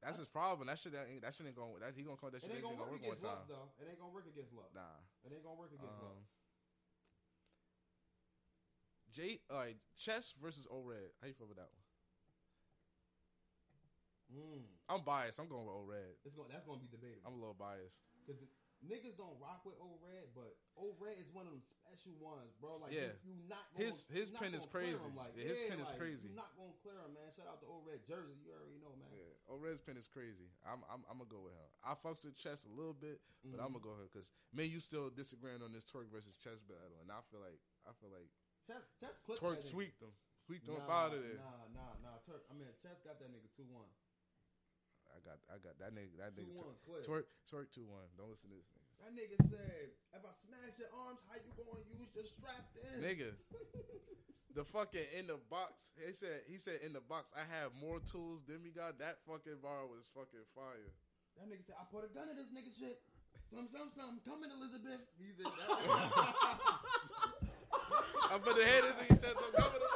That's his problem. That shit, that, ain't- that shit ain't going. That he gonna come. That It shit ain't ain't gonna gonna work work one against Lux time. though. It ain't gonna work against Lux. Nah. It ain't gonna work against Lux. Um, Jay, all right, Chess versus O Red. How you feel about that one? Uh-huh. Mm. I'm biased. I'm going with O Red. It's going that's gonna be I'm debatable a little biased. because niggas don't rock with O Red, but O Red is one of them special ones, bro. Like Yeah. you, you not gonna, His- his you not pen is gonna clear crazy. 'em, Like, Yeah, his pen is like, crazy. You not gonna clear him, man. Shout out to O Red Jersey. You already know, man. Yeah, O Red's pen is crazy. I'm, I'm, I'm gonna go with him. I fucks with Chess a little bit, but Mhm. I'm gonna go with him because man, you still disagreeing on this Twerk versus Chess battle, and I feel like, I feel like Chess, Chess clipped Twerk that nigga. sweeped them, sweeped them up out of there. Nah, nah, nah. Turk, I mean, Chess got that nigga 2 1. I got, I got that nigga, that 2 nigga. 1, Twerk, clip. Twerk, twerk two one. Don't listen to this nigga. That nigga said, if I smash your arms, how you gonna use the strap then? Nigga, the fucking in the box. He said he said in the box. I have more tools than we got. That fucking bar was fucking fire. that nigga said, I put a gun in this nigga shit. Some, some, some. Coming, Elizabeth. He said, that. I put the head in his chest. I'm coming to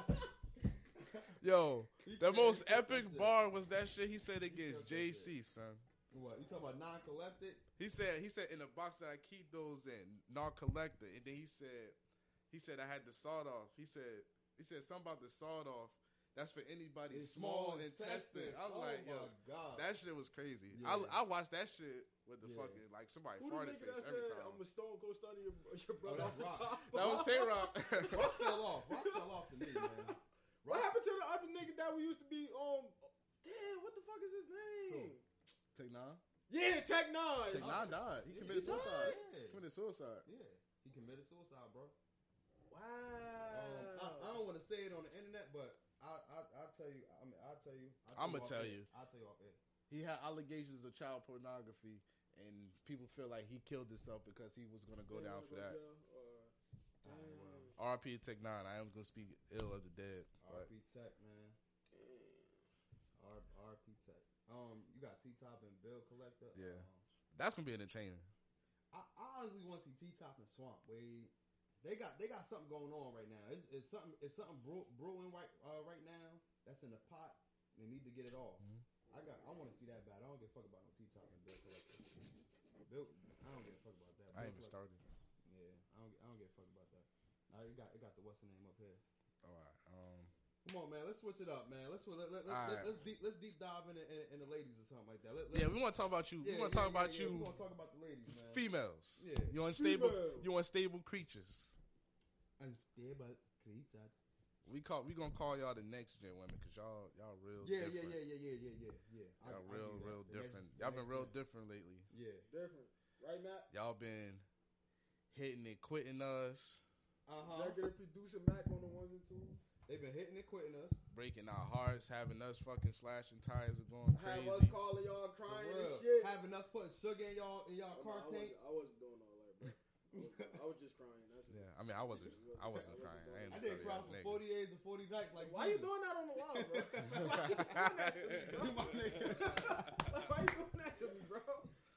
Yo, He the said, most he said that epic shit. bar was that shit he said said against that JC, son. What? You talking about non collected? He said he said in the box that I keep those in, not collector. And then he said he said I had the sawed off. He said he said something about the sawed off. That's for anybody small intestine. I'm oh like, my yo, God. That shit was crazy. Yeah. I I watched that shit with the Yeah. fucking like somebody Who the farted nigga that face said every time. I'm a stone cold stunner your, your brother Oh, off the that's top? Rock. That was Tay Rock. Rock fell off. Rock fell off to me, man. What happened to the other nigga that we used to be um? Damn, what the fuck is his name? Take nine. Yeah, Tech Nine. Take nine died. He Yeah, committed he died. suicide. Yeah. He committed suicide. Yeah. He committed suicide, bro. Oh, Wow. Um, I, I don't want to say it on the internet, but I I I tell you, I mean, I tell you, I I'ma off tell air. you. I tell you off air. He had allegations of child pornography, and people feel like he killed himself because he was gonna go Yeah, down wanna for go that. down, uh, damn, R.P. Tech Nine. I am gonna speak ill of the dead. But RP Tech, man. damn. R RP Tech. Um, you got T Top and Bill Collector. Yeah. Um, that's gonna be entertaining. I, I honestly want to see T Top and Swamp. Wade. They got they got something going on right now. It's, it's something it's something brew, brewing right uh, right now. That's in the pot. They need to get it off. Mhm. I got I want to see that bad. I don't give a fuck about no T Top and Bill Collector. Bill, I don't give a fuck about that. I Bill ain't even Collector- started. Yeah, I don't, I don't give a fuck about that. Now it got it got the what's the name up here. All right. Um, Come on, man. Let's switch it up, man. Let's let, let, let, us All right. let's deep let's deep dive in, the- in, in the ladies or something like that. Let, let, yeah, we want to talk about you. we want to talk about We you, want to talk about the ladies, man. females. Yeah. You unstable. Females. You unstable creatures. Unstable creatures. We call we gonna call y'all the next gen women because y'all y'all real Yeah, yeah, different. yeah, yeah, yeah, yeah, yeah, yeah. I- Y'all I real do that. real The next- different. the Y'all been next real gen. different lately. Yeah. Different, right, Matt? Y'all been hitting and quitting us. Uh huh. Uh-huh. Executive producer Mac on the ones and twos. They've been hitting and quitting us. breaking our hearts, having us fucking slashing tires and going Have crazy. us calling y'all For crying and real. shit. Having us putting sugar in y'all in y'all Oh, I, car tank. wasn't, I wasn't doing all that, bro. I was, I was just crying. That's Yeah, it. I mean, I wasn't, I wasn't crying. I ain't I a did dirty cry ass for nigga. forty days and forty nights. Like, Why you Jesus. doing that on the wild, bro? Why you doing that to me, bro? You my nigga. Like, Why you doing that to me, bro?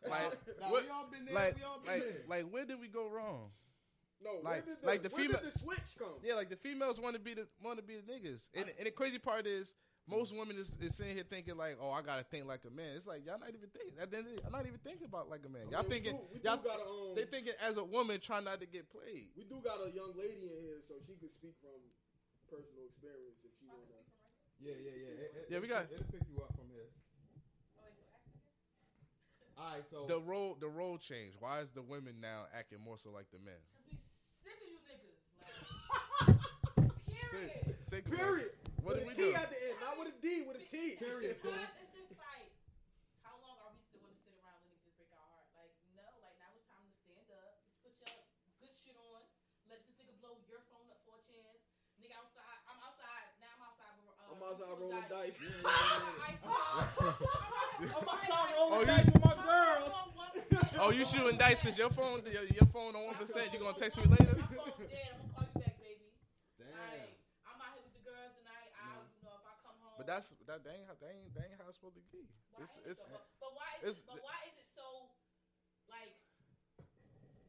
Like, Nah, what- we all been there. Like, we all been like, there. like, where did we go wrong? no, like- where did the, like the where did female- the switch come? Yeah, like the females want to be the want to be the niggas, and and the crazy part is most women is, is sitting here thinking like, oh, I gotta think like a man. It's like y'all not even thinking. At the end of the day, I'm not even thinking about like a man. Y'all I mean, we thinking do- we do y'all got a, um, they thinking as a woman trying not to get played. we do got a young lady in here, so she could speak from personal experience if she I can wanna. speak from right here. yeah, yeah, yeah. It- it- Yeah, we got- It'll pick you up from here. Oh, wait, so ask me again. All right, so The role the role change. Why is the women now acting more so like the men? 'Cause we sick of you niggas. Sick, sick Like, period. of us. Period. What with did we a T do? at the end, not with a D, with a T. Period. Because it's just like, how long are we still going to sit around and just break our heart? Like, no, like now it's time to stand up, put your good shit on, let this nigga blow your phone up for a chance. Nigga outside, I'm outside. Now I'm outside. with, Uh, I'm outside rolling dice. I'm outside I'm outside rolling Oh, you- rolling dice with my girls. girls. Oh, you shooting dice because your phone your, your phone on one percent. You gonna text me later? I'm going dead. I'm gonna Oh, call you back, baby. damn. Like, I'm out here with the girls tonight. I, you know, if I come home. But that's that they ain't how they ain't, they ain't how it's supposed to be. Why It's is it it's so- but, but why is it's- it, but why is it so like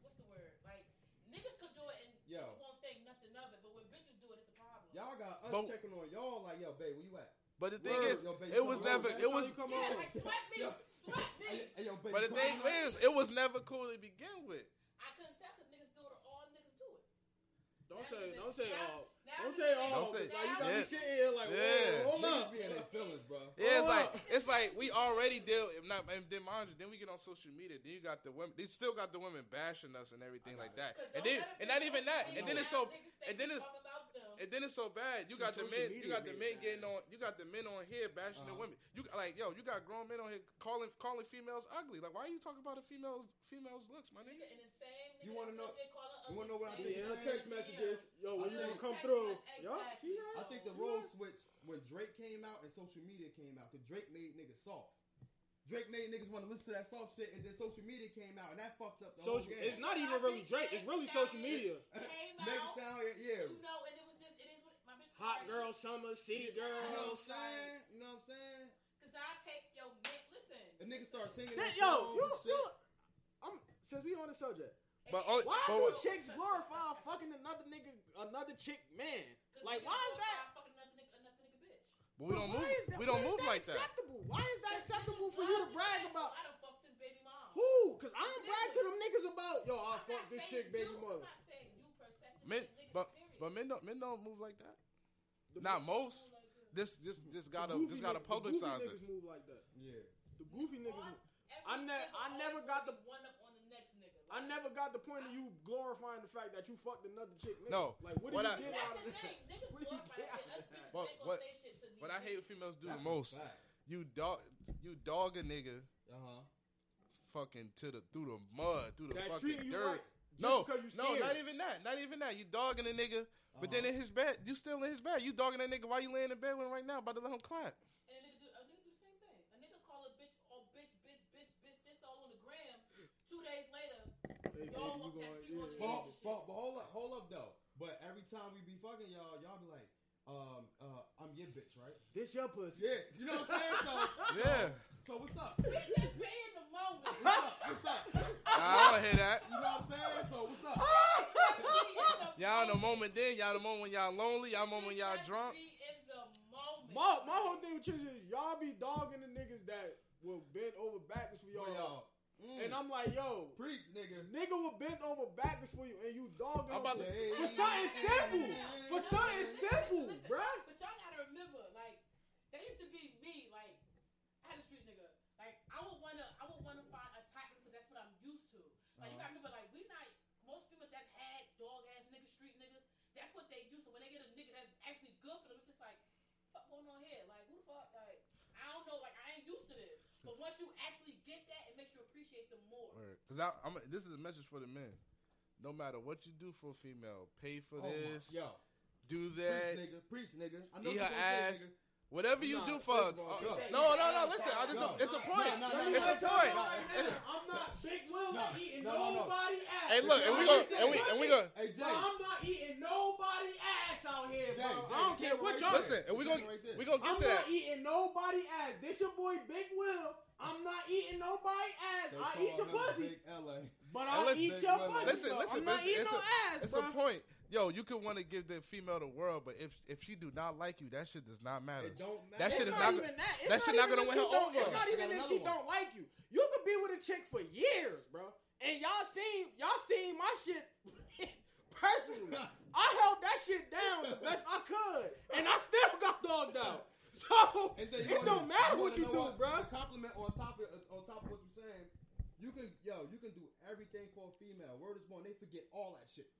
what's the word like niggas could do it and Yo. people won't think nothing of it but when bitches do it it's a problem y'all got us But- checking on y'all. Like, yo, babe, where you at? but the thing Word, is yo, babe, it come was on. never Hey, it was come yeah on. like sweat me Yo. sweat me Hey, hey, yo, babe, but the come thing on. is it was never cool to begin with. I couldn't tell because niggas do it or all niggas do it Don't say, don't say all. now Don't niggas say think- Don't all. say- Like you Yeah. got me sitting here like, Yeah. whoa, hold Niggas up. be in their feelings, bro. Yeah, it's like Hold up. it's like we already deal. If not, and then mind you, then we get on social media. Then you got the women. They still got the women bashing us and everything like that. 'Cause And don't then let 'em and be not even that. And open to then you. it's Now so niggas and think then you it's- talk about them. and then it's so bad. You See, got the social men. You media got the made men it getting on. bad. You got the men on here bashing the Uh-huh. women. You got- like yo. You got grown men on here calling calling females ugly. Like why are you talking about a female's female's looks, my nigga? Nigga, and the same You nigga wanna that know- said they call her you wanna know ugly what I think said Yeah, it her to text me. messages. Yo, when I you think- gonna come through? Text Yo, messages, she exactly. I had- think the you role had- switched when Drake came out and social media came out because Drake made niggas soft. Drake made niggas want to listen to that soft shit, and then social media came out and that fucked up the Social. whole It's game. not even really Drake. It's really social media. came Niggas out down here, yeah. you know and it was just it is what my bitch Hot party. girl summer, city You know what girls. I'm saying? You know what I'm saying? Cause I take your man. Listen, And niggas start singing. That- them yo, songs you, and shit. you, I'm since we on the subject. But only- Why but do what- chicks glorify fucking another nigga, another chick man? 'Cause Like, niggas why is don't that? buy Fucking another nigga, another nigga bitch. But we But don't why move. is that- We why don't is move that like that. Acceptable? Why is that Cause acceptable niggas for you to love brag say, about? "Oh, I done fucked his baby mom. Who? Cause I don't brag to them niggas about yo. I I'm fuck not this saying chick, baby you. mother. I'm not saying you per se. I'm just Men, saying niggas, but period. but men don't men don't move like that. The- Not People most. like this. This this this the gotta goofy this gotta niggas- the goofy publicize it. Niggas move like that. Yeah. The goofy niggas. On move. every I ne- nigga I always never wanna got be the- one up on the next nigga. I Like, never got the point of you glorifying the fact that you fucked another chick. Nigga. No. Like what do What you I- get out That's of the that? thing. Niggas What you glorify get out that of shit. that? Other bitches But ain't what- gonna say shit to me. What I hate when females do That's the a most, fact. you dog you dog a nigga Uh-huh. fucking to the through the mud, through the That treat fucking you dirt. right. Just no, because you no, scared. not even that. Not even that. You dogging a nigga, but then Uh-huh. in his bed, you still in his bed. You dogging that nigga while you laying in bed with him right now, about to let him clap. And a nigga do a nigga do the same thing. A nigga call a bitch oh bitch bitch bitch bitch this all on the gram. Two days later, Hey, baby, Y'all you want that going- few on the yeah. But, Bullshit. but, but hold up, hold up though. But every time we be fucking y'all, y'all be like, um, uh, I'm your bitch, right? This your pussy. Yeah. You know what I'm saying? So, Yeah, so what's up? bitch, just be in the moment. What's up? What's up? I don't hear that. You know what I'm saying? So what's up? Y'all in the moment moment. then. Y'all in the moment when y'all lonely. Y'all in the moment when y'all Just drunk. Be in the moment. My my whole thing with chicks is y'all be dogging the niggas that will bend over backwards for Yo, y'all. y'all. Mm. And I'm like, yo, preach, nigga. nigga will bend over backwards for you, and you dogging. I'm about him. to- For something simple. For No, something listen, simple, listen, listen. bruh. But y'all gotta remember, like, that used to be me. Like, I had a street nigga. Like, I would wanna, I would wanna find a type because that's what I'm used to. Like, you gotta remember, like, we not most people that had dog ass niggas, street niggas. That's what they do. So when they get a nigga that's actually good for them, it's just like, fuck going on here? Like, who the fuck? Like, I don't know. Like, I ain't used to this. But once you actually get that, it makes you appreciate them more. Because I, I'm, this is a message for the men. No matter what you do for a female, pay for Oh my- this. Yo, do Preach, that. nigga. Preach, nigga. I know Eat her what you gonna ass. Say, nigga. Whatever you Nah, do first for of all, uh, go. no, no, no. Listen, uh, Go. it's, a, it's a point. No, Let no, no, me it's no, a tell no, point. y'all right no, now, I'm not Big Will No, eating no, no, no. nobody ass. Hey, look, and we gonna and we and we gonna Hey, Jay. Bro, I'm not eating nobody ass out here, Jay, bro. Jay, I don't Jay, care what right y'all. there. listen, and we gonna Right there. we gonna get I'm not to that. eating nobody ass. This your boy Big Will. I'm not eating nobody ass. They I call eat your him pussy, Big LA. but And I listen, eat Big your Will, pussy. listen, though. listen, I'm but not it's- it's eating no a- ass, It's bro. a point. Yo, you could want to give the female the world, but if if she do not like you, that shit does not matter. It don't matter. That It's shit is not not even that. It's that not shit not even gonna if win she her don't- over. It's not I got even if another she one. don't like you. You could be with a chick for years, bro. And y'all seen y'all seen my shit personally. I held that shit down the best I could, and I still got dogged out. So And then you it wanna- don't matter wanna what you do, know what? bro. To Compliment on top of on top of what you're saying. You can yo, you can do everything for a female. Word is born. They forget all that shit.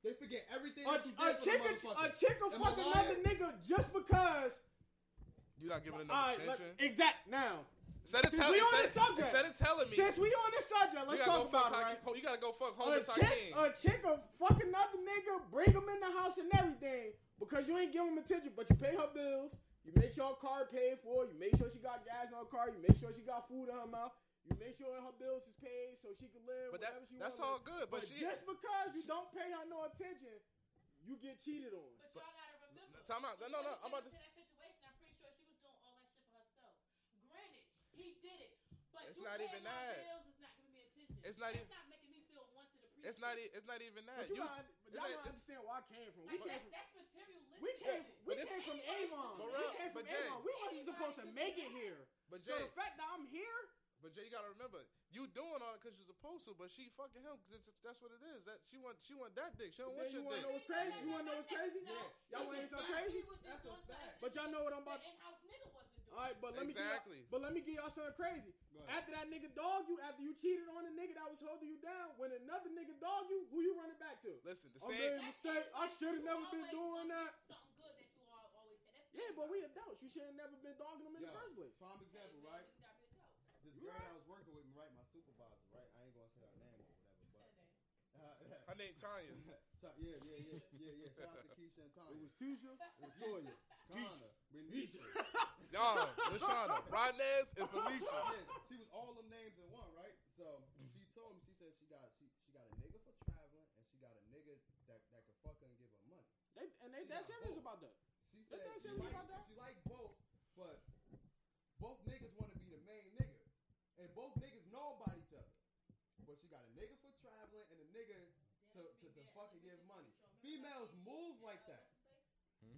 They forget everything. A, that you a did for the chick, a, motherfucker. chick, will Am I fuck lying? another nigga just because. You not giving enough Alright, attention. let- exact now. Instead of since tell- we on instead- this subject- instead of telling me, Since we on this subject, you let's gotta go talk fuck. about it. Hockey, Right? You gotta go fuck. a Homeless chick, a chick will fuck another nigga, bring him in the house and everything because you ain't giving him attention, but you pay her bills, you make sure her car paid for, you make sure she got gas in her car, you make sure she got food in her mouth, you make sure her bills is paid so she can live. But that whatever she that's all wanna live. good. But, she. just because you don't pay her no attention, you get cheated on. But y'all gotta remember. Time out. No, no, no, I'm about to. That situation, I'm pretty sure she was doing all that shit for herself. Granted, he did it, but It's you not paying even my that. bills is not giving me attention. It's not That's even- not making me feel wanted. Appreciated. It's not. e- It's not even But that. You, you, gotta, but y'all it's gotta like- understand where I came from. We Like came that, from, that's materialistic. we came from, we But this- came from Avon. We Morale- came from but Jay- Avon. We wasn't supposed to make it here. but So Jay, the fact that I'm here, but Jay, you gotta remember, you doing all that because you're supposed to. But she fucking him because that's what it is. That she want. She want that dick. She don't want Then you your wanna dick. know what's crazy? You wanna know what's crazy? No. Y'all wanna hear something crazy? That's a fact. But y'all know what I'm about. The in-house nigga wasn't doing. All right, but let me. Exactly. Give y'all, but let me give y'all something crazy. Go ahead. After that nigga dog you, after you cheated on the nigga that was holding you down, when another nigga dog you, who you running back to? Listen, the I'm same. very- mistake. I shoulda never been doing that. Something good that you all always said. That's Yeah, but we adults. You should have never been dogging them in the Yeah. first place. Prime example, right? This girl that was working with me, right? My supervisor, right? I ain't gonna say her name or whatever, but. Her name Tanya. So- yeah, yeah, yeah, yeah, yeah. Shout out to Keisha and Tanya. It was Tisha, Latoya, Connor, Renisha. Nisha. Y'all, Lashana, Rodnez, and Felicia. Yeah, she was all them names in one, right? So she told me she said she got she, she got a nigga for traveling and she got a nigga that, that could fuck her and give her money. They, and they that serious about that. She That's said not she serious like about that. she like both, but both niggas want to be the main nigga, and both niggas know about each other. But she got a nigga for traveling and a nigga. Females move like that. Hmm?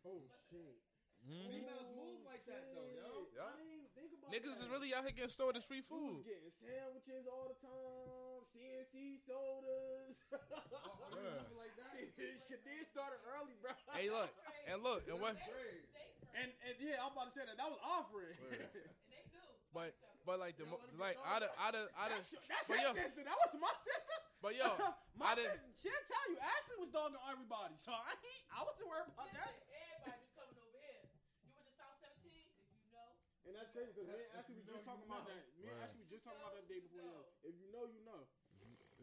Oh shit. Oh, Females move like that, though, yo. Shit. Yeah. I didn't even think about Niggas is that. really out here getting stored as free We was food. getting sandwiches all the time, CNC sodas. Oh, oh, you Yeah. moving like that? Kadir started early, bro. Hey, look, and look, and what? And, and yeah, I'm about to say that that was offering. Word. But like the mo- Y'all like wanna I get done, I dogs? done, I done, that's that's but his yo- sister. That was my sister. but yo, I my done- sister. She'll tell you, Ashley was dogging everybody, so I ain't, I wasn't worried about Oh, that. And that's crazy because me and If Ashley was you know, just you talking about know. that. Me and Right. Ashley was just talking about that the day before. No. Yeah. If you know, you know.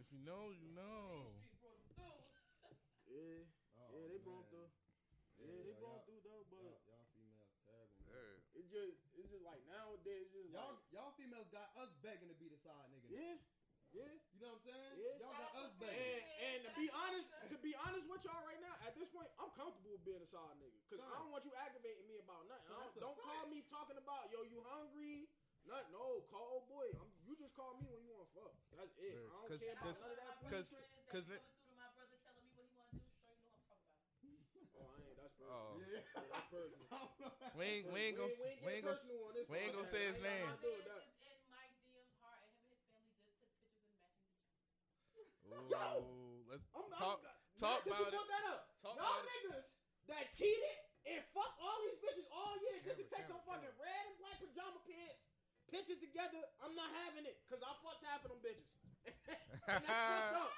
if you know, you know. Yeah, Oh, yeah, they broke man. through. Yeah, they yo, broke y'all- through though, but Y'all, y'all females terrible. man. it just it's just like nowadays, it's just Y'all, like, y'all females got us begging to be the side nigga. now. yeah, yeah. You know what I'm saying? Yeah. Y'all got us And, begging. and to be honest, to be honest with y'all right now, at this point, I'm comfortable with being a solid nigga because I don't want you aggravating me about nothing. I That's a don't don't call fact. me talking about yo, you hungry? Nothing. No, call old boy. I'm, you just call me when you want to fuck. That's it. Word. I don't 'Cause- care about 'cause- none of that. Fuck. cause- cause Oh, I ain't. That's personal. Oh. Yeah. Yeah, that's personal. I don't know. We ain't, we ain't gonna, s- we ain't gonna. s- we ain't gonna say his name. Ooh, let's I'm, I'm, Talk- not talk since about you it. brought that up. talk Y'all about it. niggas that cheated and fuck all these bitches all year just to Camera, take some camera, fucking red and black pajama pants, pictures together. I'm not having it because I fucked half of them bitches. and that's fucked up.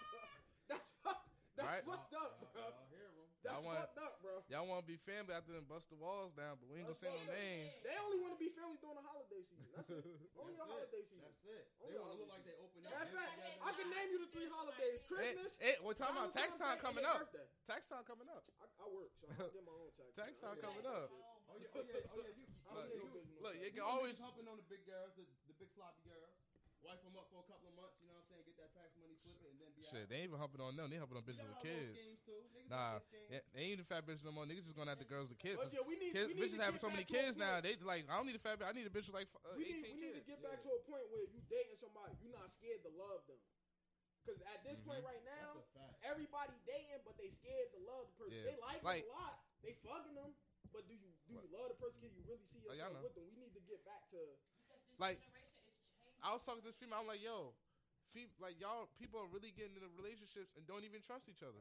That's fucked. That's Right. Uh, fucked up, Y'all- bro. Y'all, y'all hear 'em. Y'all That's want- fucked up, bro. Y'all want to be family after then bust the walls down, but we ain't gonna say no names. They only want to be family during the holiday season. That's it. Only the That's holiday it. season. That's it. Only the They want to holiday look like they open up. Matter of That's fact, I gifts it. together. can name you the three holidays: Hey, Christmas. hey, we're talking about tax Valentine's time Day, coming and up. birthday. Tax time coming up. I, I work, so I get my own tax. Tax time I Like, get coming my up. own shit. oh, Oh yeah, oh yeah, oh yeah. You, I oh, don't Look, get no yeah, you, business. Look, you You can know, always. niggas humping on the big girls, the, the big sloppy girls. Wife them up for a couple of months, you know what I'm saying? Get that tax money, flip it, and then be Shit, out. they ain't even humping on them. They humping on Y'all bitches with got little kids. schemes, too. Niggas Nah, got their schemes. Yeah, they ain't the fat bitch no more. Niggas just gonna have the girls with kids. But yeah, we need, kids we need bitches to having get so many back to a kids now. point- They like, I don't need a fat bitch. I need a bitch with like f- uh, we 18 need, we need to kids. get back to a point where you dating somebody, you're not scared to love them. Because at this point Mm-hmm. right That's now, a fact. everybody dating, but they scared to love the person. Yeah. They like, Like- them a lot. They fucking them, but do you do you love the person? Can you really see Oh, yourself y'all know. with them? We need to get back to. Like- like, generation is changing. I was talking to this female. I'm like, yo, fe- like y'all people are really getting into relationships and don't even trust each other.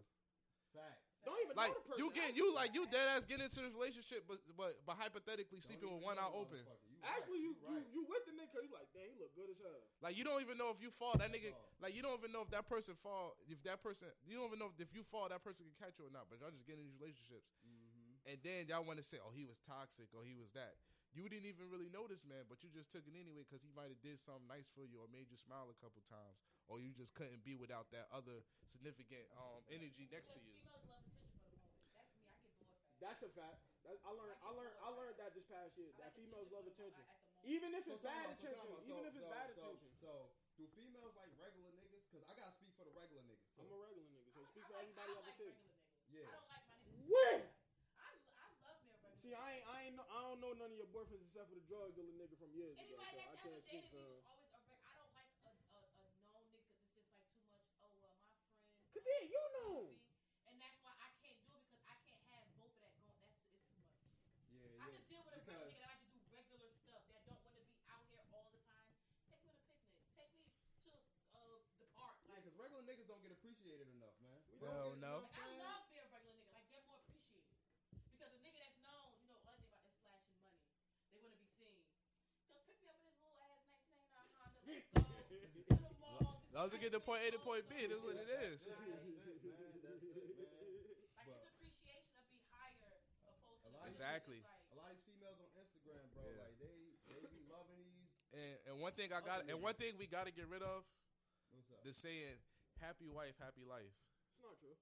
Facts. Don't even Like know the person. you get you like you dead ass getting into this relationship, but but but hypothetically Don't sleeping even with one know eye the open. motherfucker. You Actually, you, right. you you with the nigga. You like, damn, he look good as hell. Like you don't even know if you fall, that That's nigga. all. Like you don't even know if that person fall, if that person, you don't even know if you fall, that person can catch you or not. But y'all just getting in these relationships, Mm-hmm. and then y'all want to say, oh, he was toxic, or he was that. You didn't even really know this man, but you just took it anyway because he might have did something nice for you or made you smile a couple times, or you just couldn't be without that other significant um, energy next to you. Females love attention for the moment. That's me. I get bored fast. That's a fact. That, I learned I learned I learned that this past year I that like females love for the attention, moment, at the moment. even if So it's time out, bad so time attention, out. even So- if it's so- bad so- attention. So, do females like regular niggas? Because I gotta speak for the regular niggas. I'm too. a regular nigga, so I speak like- for I like- everybody I up like the regular niggas. Yeah. I don't like my niggas. What? I, I love me a regular. See, I ain't, I ain't, know, I don't know none of your boyfriends except for the drug dealer nigga from years ago. So Anybody I that's ever can't dated speak me for. was always a reg- I don't like a, a, a known nigga 'cause it's just like too much. Oh well, my friend. Cause um, then you know. told me," And that's why I can't do it because I can't have both of that going. That's it's too much. Yeah, I can yeah. deal with a regular because- nigga that I can do regular stuff that don't want to be out here all the time. Take me to a picnic. Take me to uh, the park. Yeah, Like, because regular niggas don't get appreciated enough, man. We Don't don't. Hell no. get- You know what like I I'm saying? love being a regular nigga. Like they're more appreciated because a nigga that's known, you know, all they about is flashing money. They want to be seen. So pick me up in this little ass nineteen ninety nine Honda. Let's go to the mall. get some Those who get to ice point A to cream, point cold B, stone. that's what it is. That's it, man. That's it, man. Like his appreciation will be higher opposed to A the lot of- nigga that's Exactly. like- A lot of these females on Instagram, bro, Yeah. like they they be loving these. And, and one thing I got, and one thing we got to get rid of, What's up? the saying, "Happy wife, happy life." It's not true.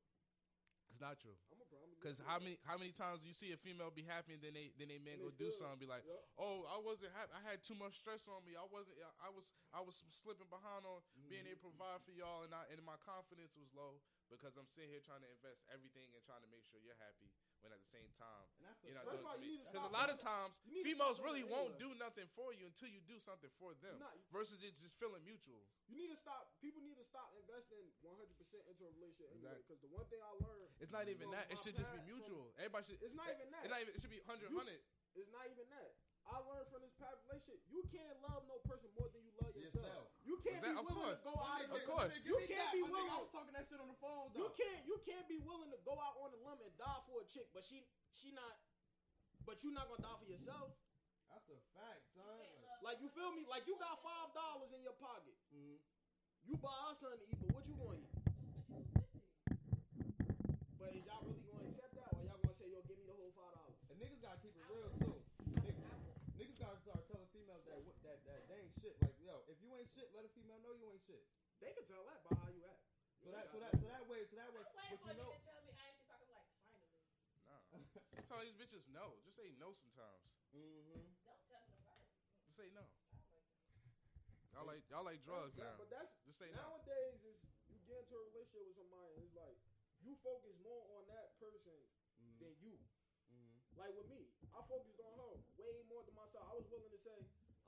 It's not true. I'm a problem. Cause how many how many times do you see a female be happy and then they then they man And go do they still- something be like, Yup. oh I wasn't happy I had too much stress on me I wasn't I, I was I was slipping behind on Mm-hmm. being able to provide for y'all and I and my confidence was low because I'm sitting here trying to invest everything and trying to make sure you're happy when at the same time And that's you're a not First doing of it to all, me you need to because stop a lot that. of times You need to females stop that really won't do anyway. nothing for you until you do something for them Not, versus it's just feeling mutual. you need to stop. People need to stop investing 100 percent into a relationship. Exactly. Because the one thing I learned, It's not even from that it my should just be past- from- mutual. Everybody should It's not even that. It's not even it should be 100 You- 100. It's not even that. I learned from this past relationship, you can't love no person more than you love yourself. Yourself. You can't Exact- be of willing to course. go out Of and course. You can't be willing. I willing. was talking that shit on the phone, You though. can't you can't be willing to go out on a limb and die for a chick, but she she not, but you not gonna die for yourself. That's a fact, son. You can't Like, Like you love a feel me? person Like you more got than- five dollars in your pocket. mm, You buy us something to eat, but what you gonna eat? 250. But is y'all really gonna accept that, or y'all gonna say, "Yo, give me the whole five dollars"? and niggas gotta keep it real too. Niggas, I would- niggas gotta start telling females that wh- that that they ain't shit. Like, yo, if you ain't shit, let a female know you ain't shit. They can tell that by how you act. So that so that so that way so that way. I'm waiting But for you a know, nigga to tell me I ain't shit. so I can be like, finally, Nah. Just tell these bitches no. Just say no sometimes. mm-hmm. don't tell me the word. Just say no. I don't like Y'all like that. y'all like drugs That's- now. But that's Just say no. nowadays is you get into a relationship with somebody, and it's like you focus more on that person than you. Mm-hmm. Like with me, I focused on her way more than myself. I was willing to say,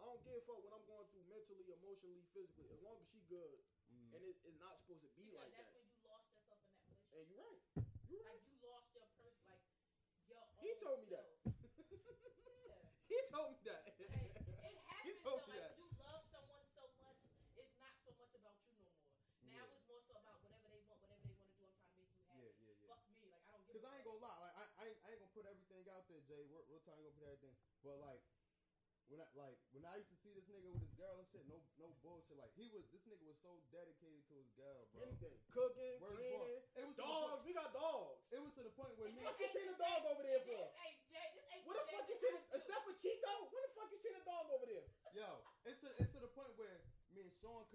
I don't give a fuck what I'm going through mentally, emotionally, physically, as long as she good. Mm-hmm. And it, it's not supposed to be Because like that's that. when you lost yourself in that relationship. And you're right. You're right. Like you lost your person, like your. He own told me that. self. Yeah. he told me that. Hey, it happens told though. me that. Like when you love someone so much, it's not so much about you no more. Now it's more so about whatever they want, whatever they want to do. I'm trying to make you Yeah, happy. yeah, yeah. Fuck me, like I don't give. Cause I a ain't fuck. gonna lie, like I, I, ain't- I ain't gonna put everything out there, Jay. Real, real time, I ain't gonna put everything. But like, when I like when I used to see this nigga with his girl and shit, no, no bullshit. Like he was, this nigga was so dedicated to his girl, bro. Anything. Cooking, Word to the cleaning. point. It was to the Dogs. point- We got dogs. It was to the point where me,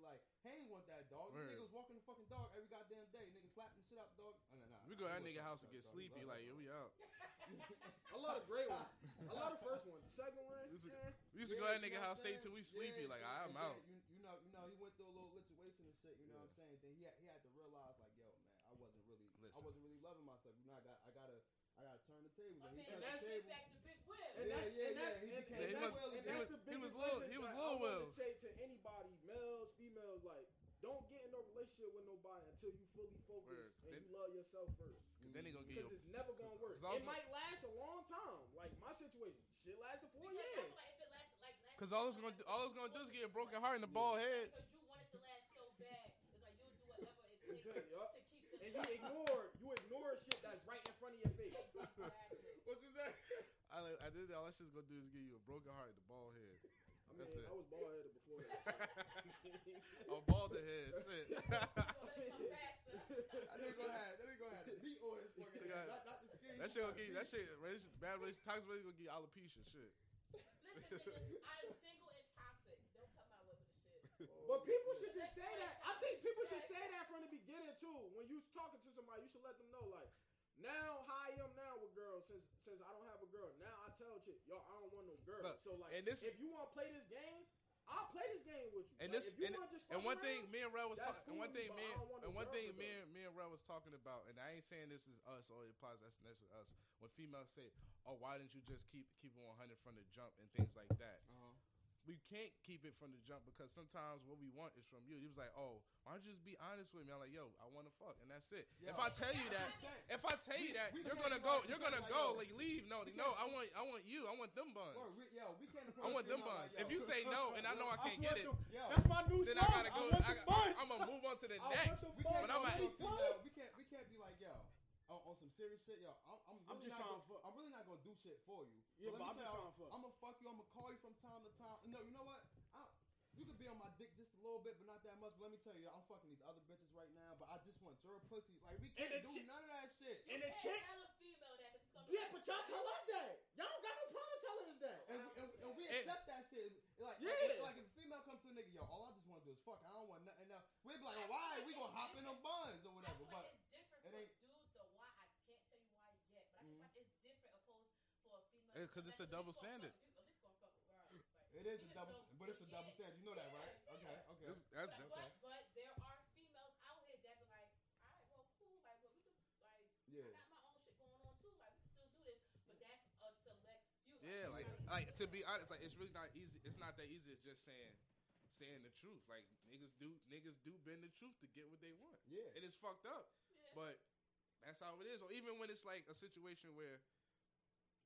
dog. This Word. nigga was walking the fucking dog every goddamn day. Nigga slapping shit up, dog. Oh, no, no, We go no, to that he wasn't nigga house and slapping get us, dog. He sleepy. Like, loved us. yeah, we out. I love the great one. I love the first one. The second one, This is- eh. We used to Yeah, go to that you nigga know what house, I'm stay saying? till we Yeah, sleepy. like, so- I'm and out. then, You, you know, you know, he went through a little situation and shit. You know what I'm saying? Then he had, he had to realize, like, yo, man, I wasn't really, I Listen. wasn't really loving myself. You know, I got, I gotta, I gotta turn the table. My Then he man turned that the shit table. back to Big Will. And Yeah, that's yeah, and that's yeah, he and- became and Will. that's- He and was- that's the he was biggest Lil- reason he was why Lil I Will. would Say to anybody, males, females, like don't get in no relationship with nobody until you fully focus Word. and Then- you love yourself first. Then they gonna Mm-hmm. get Because your. it's never gonna work. Cause I was It gonna- might last a long time. Like my situation, shit lasted four Because I years. feel like if it lasted, like, lasted Cause all it's gonna do, all it's gonna do is get a broken heart and a bald head. Because you want it to last so bad, it's like you'll do whatever it takes Yup. to keep them. And you ignore you ignore shit that's right in front of your face. Exactly. What is that? I, I did that. All that shit's gonna do is give you a broken heart and a bald head. I mean, That's it. I was bald headed before that. A bald head. That's it. You'll let it come faster. That nigga gonna have, that nigga gonna have the meat on his fucking Nigga, head, not, not the skin. that shit he got gonna give you, that shit relation- bad relation toxic relationship gonna give you alopecia shit. Listen, niggas, I'm single and toxic. Don't come out with the shit. But people should just say that. I think people should say that from the beginning too. When you talking to somebody, you should let them know like, now how I am now with girls since since I don't have a girl. Now I tell chick, yo, I don't want no girl. Look, so like, and this- if you want to play this game, I'll play this game with you. And Like, this if you and, wanna just and fuck one around, thing me and Red was that's talking and one cool, thing but me I and, don't want and no one girl thing with me us. and, me and Red was talking about and I ain't saying this is us or it applies that's necessarily us. When females say, "Oh, why didn't you just keep keep it 100 from the jump and things like that?" Uh-huh. we can't keep it from the jump because sometimes what we want is from you. He was like, "Oh, why don't you just be honest with me?" I'm like, "Yo, I want to fuck," and that's it. Yo. If I tell you that, if I tell you that, we you're can't gonna be go. like- You're we can't gonna be like, go. yo, Like leave. No, we no. can't- I want. I want you. I want them buns. Bro, we, yo, we can't I want them buns. If you say no and I know I can't get it, That's my new Then song. I gotta go. I want the got, buns. I'm gonna move on to the I want next. the we buns. can't, But I'm go like- too, yo, we can't we can't be like yo on, on some serious shit, yo. I'm, I'm, I'm really just not trying gonna, to fuck. I'm really not gonna do shit for you. Yeah, but let I'm just me tell trying y'all, to fuck. I'm gonna fuck you. I'm gonna call you from time to time. No, you know what? I, you could be on my dick just a little bit, but not that much. But let me tell you, I'm fucking these other bitches right now. But I just want your pussy. Like we can't the do chick- none of that shit. And the Can't chick- tell a female that 'cause it's gonna be Yeah, but y'all tell us that. Y'all don't got no problem telling us that. And, we- and, we- and we And- accept that shit. Like, Yeah. it's like if a female comes to a nigga, yo, all I just want to do is fuck. I don't want nothing else. We'd be like, oh, why? We gonna hop in them buns or whatever. I feel But like it's it different for ain't- dudes. The why I can't tell you why yet, but I Mhm. feel like it's different opposed for a Mm-hmm. female. Yeah, 'cause it's a If you double gonna standard. fuck- if you- if you gonna fuck with girls, it's like- It is a Niggas double, don't but it's a get double it. standard. You know that, right? Okay, okay. This- that's- but, okay. but, but there are females out here that be like, all right, well, cool, like, well, we could, like, Yeah. I got my own shit going on too, like, we can still do this, but that's a select few. Yeah, like everybody- like to be honest, like it's really not easy. It's not that easy. It's just saying saying the truth. Like niggas do niggas do bend the truth to get what they want, Yeah. and it's fucked up. Yeah. But that's how it is. Or even when it's like a situation where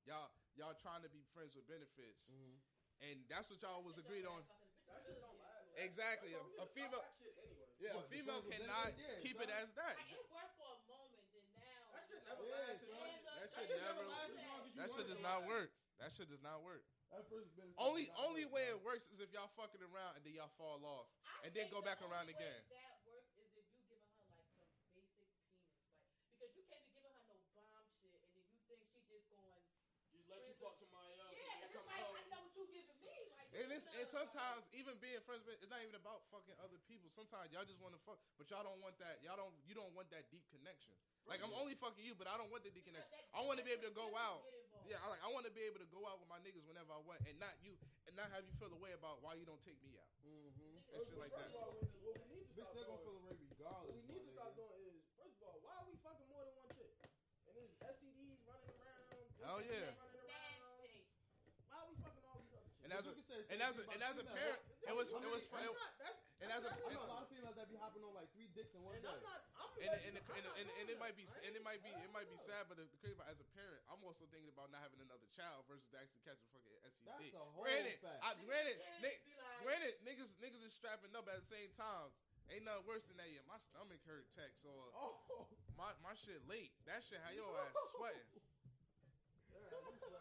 y'all y'all trying to be friends with benefits, Mhm. and that's what y'all was Shit agreed don't on. last, fuckers. That shit don't last. Like, Exactly. A, a female, That shit anyway. yeah, a What, the female friends with cannot benefits? Yeah, keep it exactly. as that. it worked for a moment, then now. That shit you never know, Yeah, lasts. as son. long as- Yeah, That look, shit never lasts as long as you That shit want it does to not last. work. That shit does not work. That first benefit Only is not only good, way bro. it works is if y'all fucking around and then y'all fall off. I And then think go the back around only way again. That works is if you giving her like some basic penis, like because you can't be giving her no bomb shit, and then you think she just going. Just let uh, you fuck somebody else. and Yeah, then come because it's like, home. I know what you giving me. Like, And, it's, nah, and like, sometimes even being friends, with- it's not even about fucking other people. Sometimes y'all just want to fuck, but y'all don't want that. Y'all don't. You don't want that deep connection. Like I'm Yeah. only fucking you, but I don't want the deep because connection. that- I wanna be that's able to when go feelings out. get involved. Yeah, oh, I like I want to be able to go out with my niggas whenever I want, and not you, and not have you feel the way about why you don't take me out. Mm-hmm. Mhm. Niggas and shit don't like feel that. First of all, good. what we need to Bitch, stop they're gonna doing- feel the way regardless. What we need my to stop nigga. doing is, first of all, why are we fucking more than one chick? And there's STDs running around. Hell STDs yeah. Uh, Running around. Nasty. Why are we fucking all these other chicks? And as a But you can say the and same as a thing and about as a females. parent, it was it I mean, was I'm it, not, that's, and as a- that's I know not- a lot of females that be hopping on like three dicks in one and day. I'm not, I'm and, letting and, you- I'm and, and, not doing and it that. might be I and it ain't- might be it might be Hell sad, but the the crazy part as a parent, I'm also thinking about not having another child versus actually catching fucking STD. That's a whole Granted, fact. I, Niggas granted, kids ni- be like, granted, niggas niggas is strapping up. At the same time, ain't nothing worse than that yet. My stomach hurt, text or oh, my my shit late. That shit how your ass sweating. That Yeah, I'm sweating, but I know shit that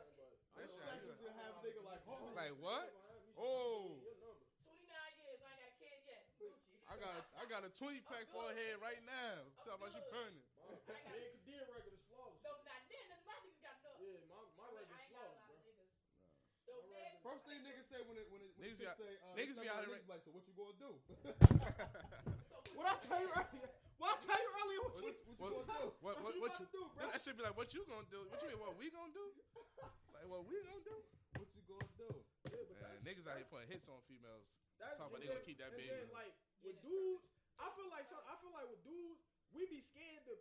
happened. shit gonna Have happen. nigga like, oh. Like, what? Give me Oh. your number. 29 years, I ain't got a kid yet. Gucci. I got a, I got a twenty pack for a head right now. Talk about you pregnant. My me and Kadir record is flawless. No, not then. none of My niggas got enough. Yeah, my, my I mean, record is I ain't got flawless, a lot bro. of niggas. My No, record- man, First thing niggas say when it when it when Niggas chicks be- say uh, niggas be something, out here- niggas be like, so what you gonna do? so what tell you earlier what What, you what, you gonna do? what, what what, you what about you, to do, bro. that should be like, what you gonna do? What you mean, what we gonna do? Like, what we gonna do? What you gonna do? Yeah, but Man, that's- niggas out here putting hits on females. That's Talk about and they gonna then- keep that and baby. Then, like with that's dudes, I feel like some, I feel like with dudes, we be scared to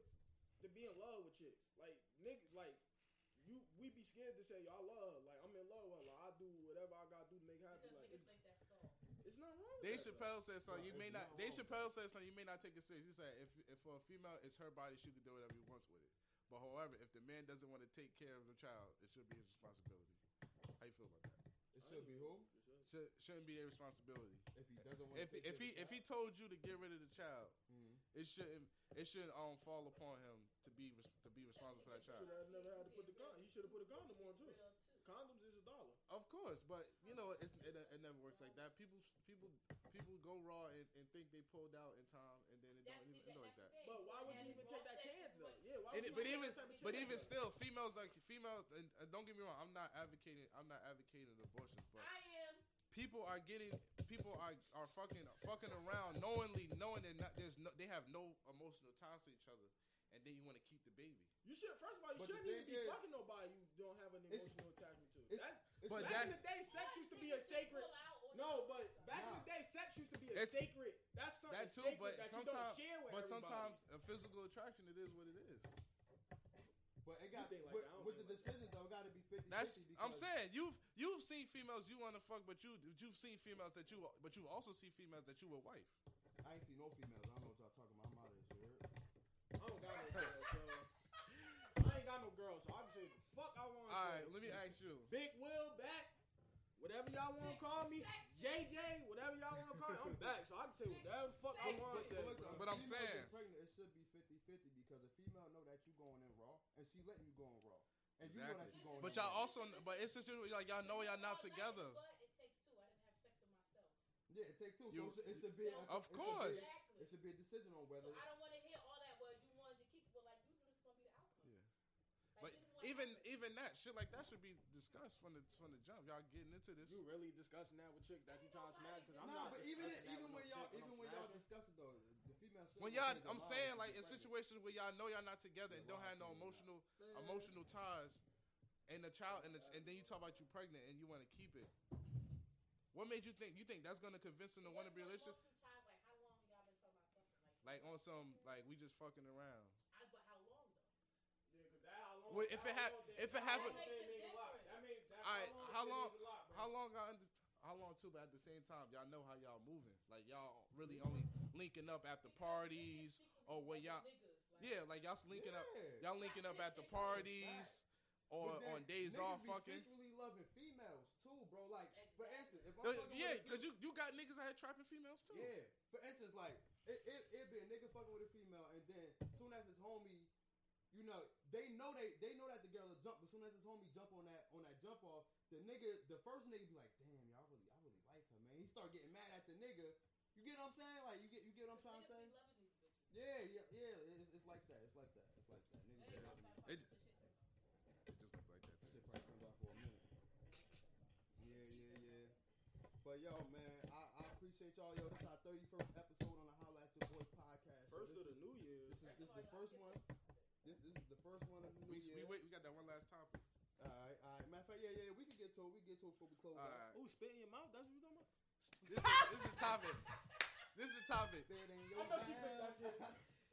to be in love with chicks. Like niggas, like you, we be scared to say, "Yo, I love." her. Like I'm in love with. her. Like I do whatever I gotta do to make her happy. Because Like niggas it's, think that's soft. it's not wrong. With Dave that, Chappelle said something. You Nah, may it's not. not Dave wrong. Chappelle said something. You may not take it serious. He said, if, if for a female, it's her body. She can do whatever she wants with it. But however, if the man doesn't want to take care of the child, it should be his responsibility. How you feel about that? It should be who? though. Should, shouldn't be their responsibility. If he doesn't want If if he if he told you to get rid of the child, Mhm. it shouldn't it shouldn't um fall upon him to be res- to be responsible for that Should child. have never had to put the con. He should have put a condom on too. Real too. Condoms is a dollar. Of course, but you know it's, it it never works like that. People people people go raw and, and think they pulled out in time, and then it That's, don't see, even it don't like that. that, that's the thing. But why would you Yeah, it's even take raw that sex chance is though? what- Yeah, why And would it- you but take even that type of but chance, even though? still, females like females. And, and don't get me wrong, I'm not advocating I'm not advocating abortions, but I am. people are getting people are are fucking fucking around knowingly, knowing that not, there's no they have no emotional ties to each other, and then you want to keep the baby. You should first of all, you But the shouldn't even thing be is- fucking nobody you don't have an It's- emotional attachment to. it's- That's But back that- in the day, sex used to be a sacred. No, but back in the day, sex used to be a It's- sacred. That's something That too, sacred but that you don't sometimes share with but everybody. sometimes a physical attraction it is what it is. But it got think like with, that, I don't with the think like that. decision though, it got to be 50 That's 50 I'm because- saying you've you've seen females you want to fuck, but you you've seen females that you but you also see females that you would wife. I ain't seen no females. I don't know what y'all talking about. I'm out of this. You I don't got no girl, so I heard? ain't got no girl, so I can say the fuck I want. All right, let me ask you. Big Will back, whatever y'all want to call me, JJ, whatever y'all want to call me, I'm back, so I can say whatever the fuck I But- want to say. look, bro. But a I'm female get saying- pregnant, it should be 50 50 because a female know that you going in raw and she letting you go in raw. And you know that Exactly. you going But in y'all raw. also but it's just like y'all know y'all not together. But it takes two. I didn't have sex with myself. Yeah, it take two. You- so it should- it should be. a- Of it should be- course. It Exactly. should be a decision on So whether. I don't want to hear all that. Well, you wanted to keep. Well, like you knew this was gonna be the outcome. Yeah. But Like, this is what even happened. even that shit like that should be discussed from the from the jump. Y'all getting into this? You really discussing that with chicks that you trying to smash? Cause I'm nah, not but even discussing that even with when no y'all chick even I'm when y'all smashing. discuss it though, the female. still When gonna y'all, change their I'm mind saying if like she in pregnant. situations where y'all know y'all not together and Yeah, don't why have no can't you not? emotional emotional ties and the child and, the, and then you talk about you pregnant and you want to keep it what made you think you think that's going to convince them to want to be in a relationship Time, like how long y'all been talking about fucking? Like, like on some like we just fucking around I, but how long though? Yeah, 'cause that how long- Well, if it that how hap- long if it that- happen- that means a lot. That means that Alright, how shit long- means a lot, bro. how long i under, how long too but at the same time y'all know how y'all moving like y'all really only linking up at the Because parties they just sleep with or when these fucking y'all niggas, like, yeah like y'all linking up Yeah. y'all linking up at the parties or But then on days niggas off be fucking Secretly loving females too, bro. Like for instance, if I'm Uh, fucking with yeah a because dude- you you got niggas out here trapping females too yeah. For instance, like it it it be a nigga fucking with a female, and then soon as his homie, you know, they know they they know that the girl will jump, but soon as his homie jump on that on that jump off, the nigga the first nigga be like, damn, y'all really I really like her, man. He start getting mad at the nigga. You get what I'm saying? Like you get you get what I'm trying to niggas say? be loving these bitches. Yeah, yeah, yeah. It's, it's like that. It's like that. It's like that. Niggas They be talk loving about It- fucking shit too. It just look like that too. Shit probably comes out for a minute. Yeah, yeah, yeah. But yo, man, I, I appreciate y'all. Yo, this is our thirty first episode on the Highlight Your Boy podcast. So First this of the is- new year. This is, this is That's the why first y'all one. get that. This this is the first one of the new We, we year. wait. We got that one last topic. All right, all right. Matter of fact, yeah, yeah, we can get to it. We can get to it before we close All right. out. Ooh, spit in your mouth. That's what you talking about. This is, this is the topic. This is the topic. Spit in I your know she mouth. picked that shit.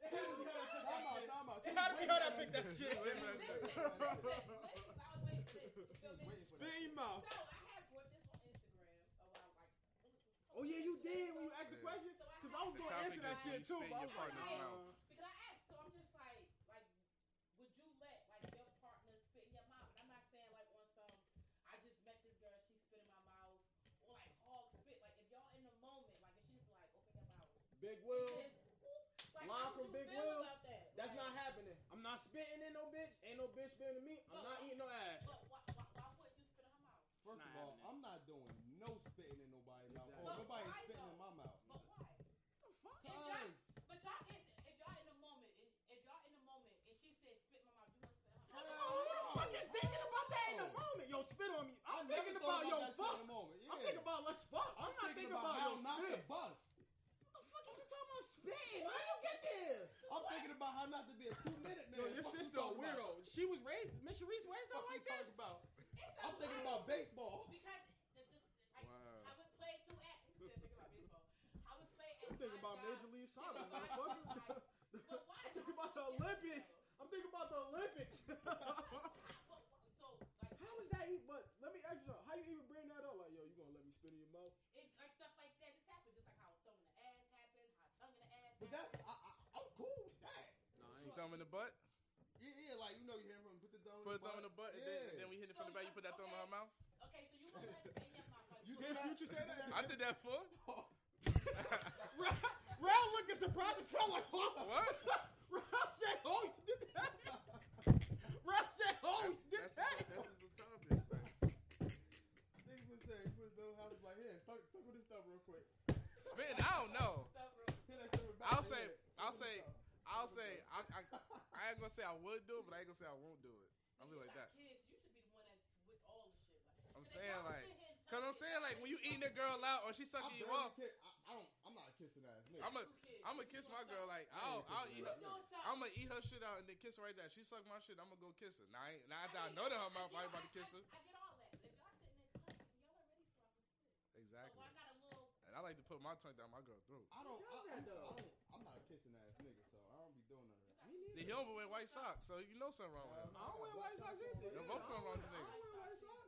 Time out, time out. It had to be her that picked that Wait shit. a minute. Waiting for Spit in your mouth. Oh yeah, you did when you asked the Yeah. question. Cause I was The gonna topic answer that is shit you spit too. in but I your was like, partner's nah. mouth. Because I asked, so I'm just like, like, would you let like your partner spit in your mouth? And I'm not saying like on some, I just met this girl, she spit in my mouth, or like hog spit. Like if y'all in the moment, like if she's like open your mouth, Big Will, and just, whoop, like Line how would from you Big feel Will, about that? that's Like, not happening. I'm not spitting in no bitch. Ain't no bitch spitting to me. I'm not eating no ass. But why, why, why wouldn't you spit in her mouth? First of Nah, all, man. I'm not doing no spitting in nobody's mouth. Exactly. Oh, nobody But why spitting in though? my mouth. But why? If Cause y'all, but y'all is, if y'all in the moment, if, if y'all in the moment, and she said spit in my mouth, you gonna spit in her mouth. First of all, who the fuck is thinking about that in the moment? Yo, spit on me. I'm never thinking about thought yo that shit fuck. in the moment. I'm Yeah. thinking about let's fuck. I'm, not thinking about, yo how not to spit. bust. What the fuck are you talking about spitting? How you get there? I'm taught her not to be a two minute Yo, man. your Fuck you sister a talking about? weirdo. She was raised, Miss Reese raised up Fuck like you this. talking about? It's a I'm thinking lot. about baseball. Because the, this, like, I Wow. would play two at. Think about baseball. I would play at I'm thinking my about job. Major League Think Soccer, about motherfucker. it. But why? I'm thinking about the Olympics. I'm thinking about the Olympics. So like, How is that? Even, but let me ask you something. How you even bring that up? Like, yo, you gonna let me spit in your mouth? It, like stuff like that just happened, just like how a thumb in the ass happened, how a tongue in the ass. But that's I, I, I'm cool with that. Nah, ain't- Thumb in the butt. Yeah, yeah, like you know, you hear from put the thumb. Put a butt. thumb in the butt, and then, Yeah. and then we hit it from the back. You put that thumb in her mouth. Okay, so you won't let me in my mouth. You You Did did not- Future say that? I did that for. Ralph looking surprised as hell. Like, oh. what? Ralph said, "Oh, you did that." Ralph said, "Oh, you did That's, that." that's, just a topic. Like, Niggas was saying, put his thumb, I was like, here, suck, suck with his thumb real quick. spit. I don't know. Here, like, suck with back I'll of say- your head. I'll Suck with say- his thumb. I'll say I, I, I ain't gonna say I would do it, but I ain't gonna say I won't do it. I'll be like that. Kids, you should be the one that's with all the shit. Like, I'm if saying, y'all like- sit here and Cause touch I'm it, saying like when you eating a girl out or she I'm sucking you barely off, kiss- I, I don't. I'm not a kissing ass nigga. I'm a two I'm kids, you gonna kiss doing my girl something. like I'll I'll eat You her. doing something. I'm gonna eat her shit out and then kiss her right there. She suck my shit. I'm gonna go kiss her. Now, I, ain't- now after I know that her mouth, I ain't about to kiss her. I, I get all that. If y'all sitting in class, y'all already so I can spit. So Exactly. why not a little? And I like to put my tongue down my girl throat. I don't. Who I, does that, I'm, so- I though? don't. I'm not a kissing ass nigga, so I don't be doing none of that. You Me got you. The he don't wear white socks, so you know something wrong with him. I don't wear white socks No, either. Yeah, both of I them don't wrong wear- niggas. I don't wear white socks.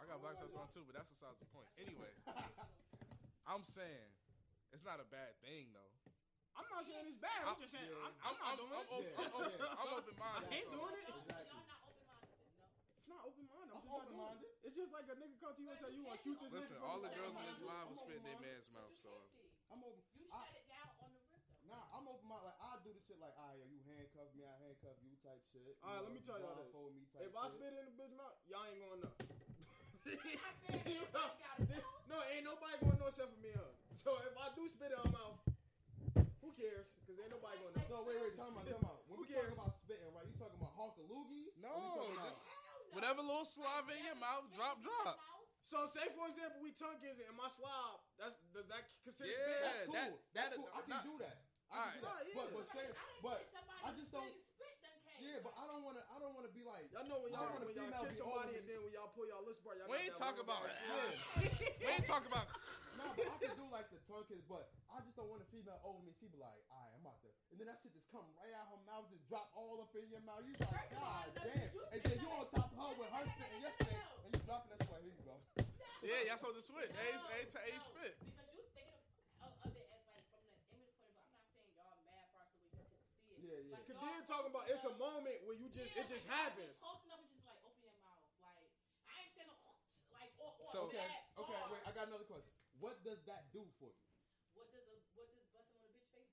I I got black socks. got black socks on socks too, but that's besides the point. Anyway, That's- I'm saying it's not a bad thing though. I'm not saying it's bad. I'm just saying Yeah. I'm, I'm I'm not I'm doing I'm, it. open- I'm, open- Yeah. I'm open minded. I ain't So doing it. y'all- so Exactly. Y'all not open-minded then, no? It's not open minded. I'm just I'm not doing open-minded. it. It's just like a nigga come to you and say you want to shoot this Listen, nigga. all the from girls in behind. this live will spit in their man's mouth, You so can't be. I'm open. You I- shut it down on the rip though. Nah, I'm open mind. Like I do the shit like, ah, yo, you handcuff me, I handcuff you type shit. You Alright, let know, me tell y'all this. blindfold me type If I shit. spit in the bitch mouth, y'all ain't gonna know. I'm not saying everybody got it. This- No, no, ain't nobody gonna know except for me and her. So if I do spit in her mouth, who cares? Cause ain't nobody gonna know. So wait, wait, time out, time out. When Who we talking cares? about spitting, right? You talking about honkaloogies? No, Or we talking Oh, just- hell no. whatever little saliva in your Whatever mouth, spit drop in your drop. mouth, So say for example we tongue kissing and my slob, that's does that consider Yeah, spit? that's cool. that- that's that- cool. I can nah. do that. I Alright. can do Nah, that. But, yeah. but, Like, say, I didn't but get somebody I just to don't- bring Spit done came. yeah, but I don't wanna, I don't wanna be like. Y'all know when I y'all want a when y'all female kiss to be somebody over and me. then when y'all pull y'all lips apart, y'all We got ain't that talk one about that- that. We ain't talking about. Nah, but I can do like the tongue kiss, but I just don't want a female over me. She be like, all right, I'm out there. And then that shit just come right out her mouth and drop all up in your mouth. You like, First of all, god the- damn. you And then think you that- on top of her with her No, no, no, spit and no, your no, spit. no. And you dropping that sweat. Here you go. Yeah, y'all supposed to switch. No, Hey, hey, hey, no, spit. Because you thinking of, of it as like from the image point of view. I'm not saying y'all mad for us so we can see it. Yeah, yeah. Like, Cause y'all then talking about it's a moment where you just Yeah, it just like, y'all happens. Close enough and just like open your mouth. Like I ain't saying no, like or, or So- Okay, that okay, hard. wait, I got another question. What does that do for you? What does a what does busting on a bitch face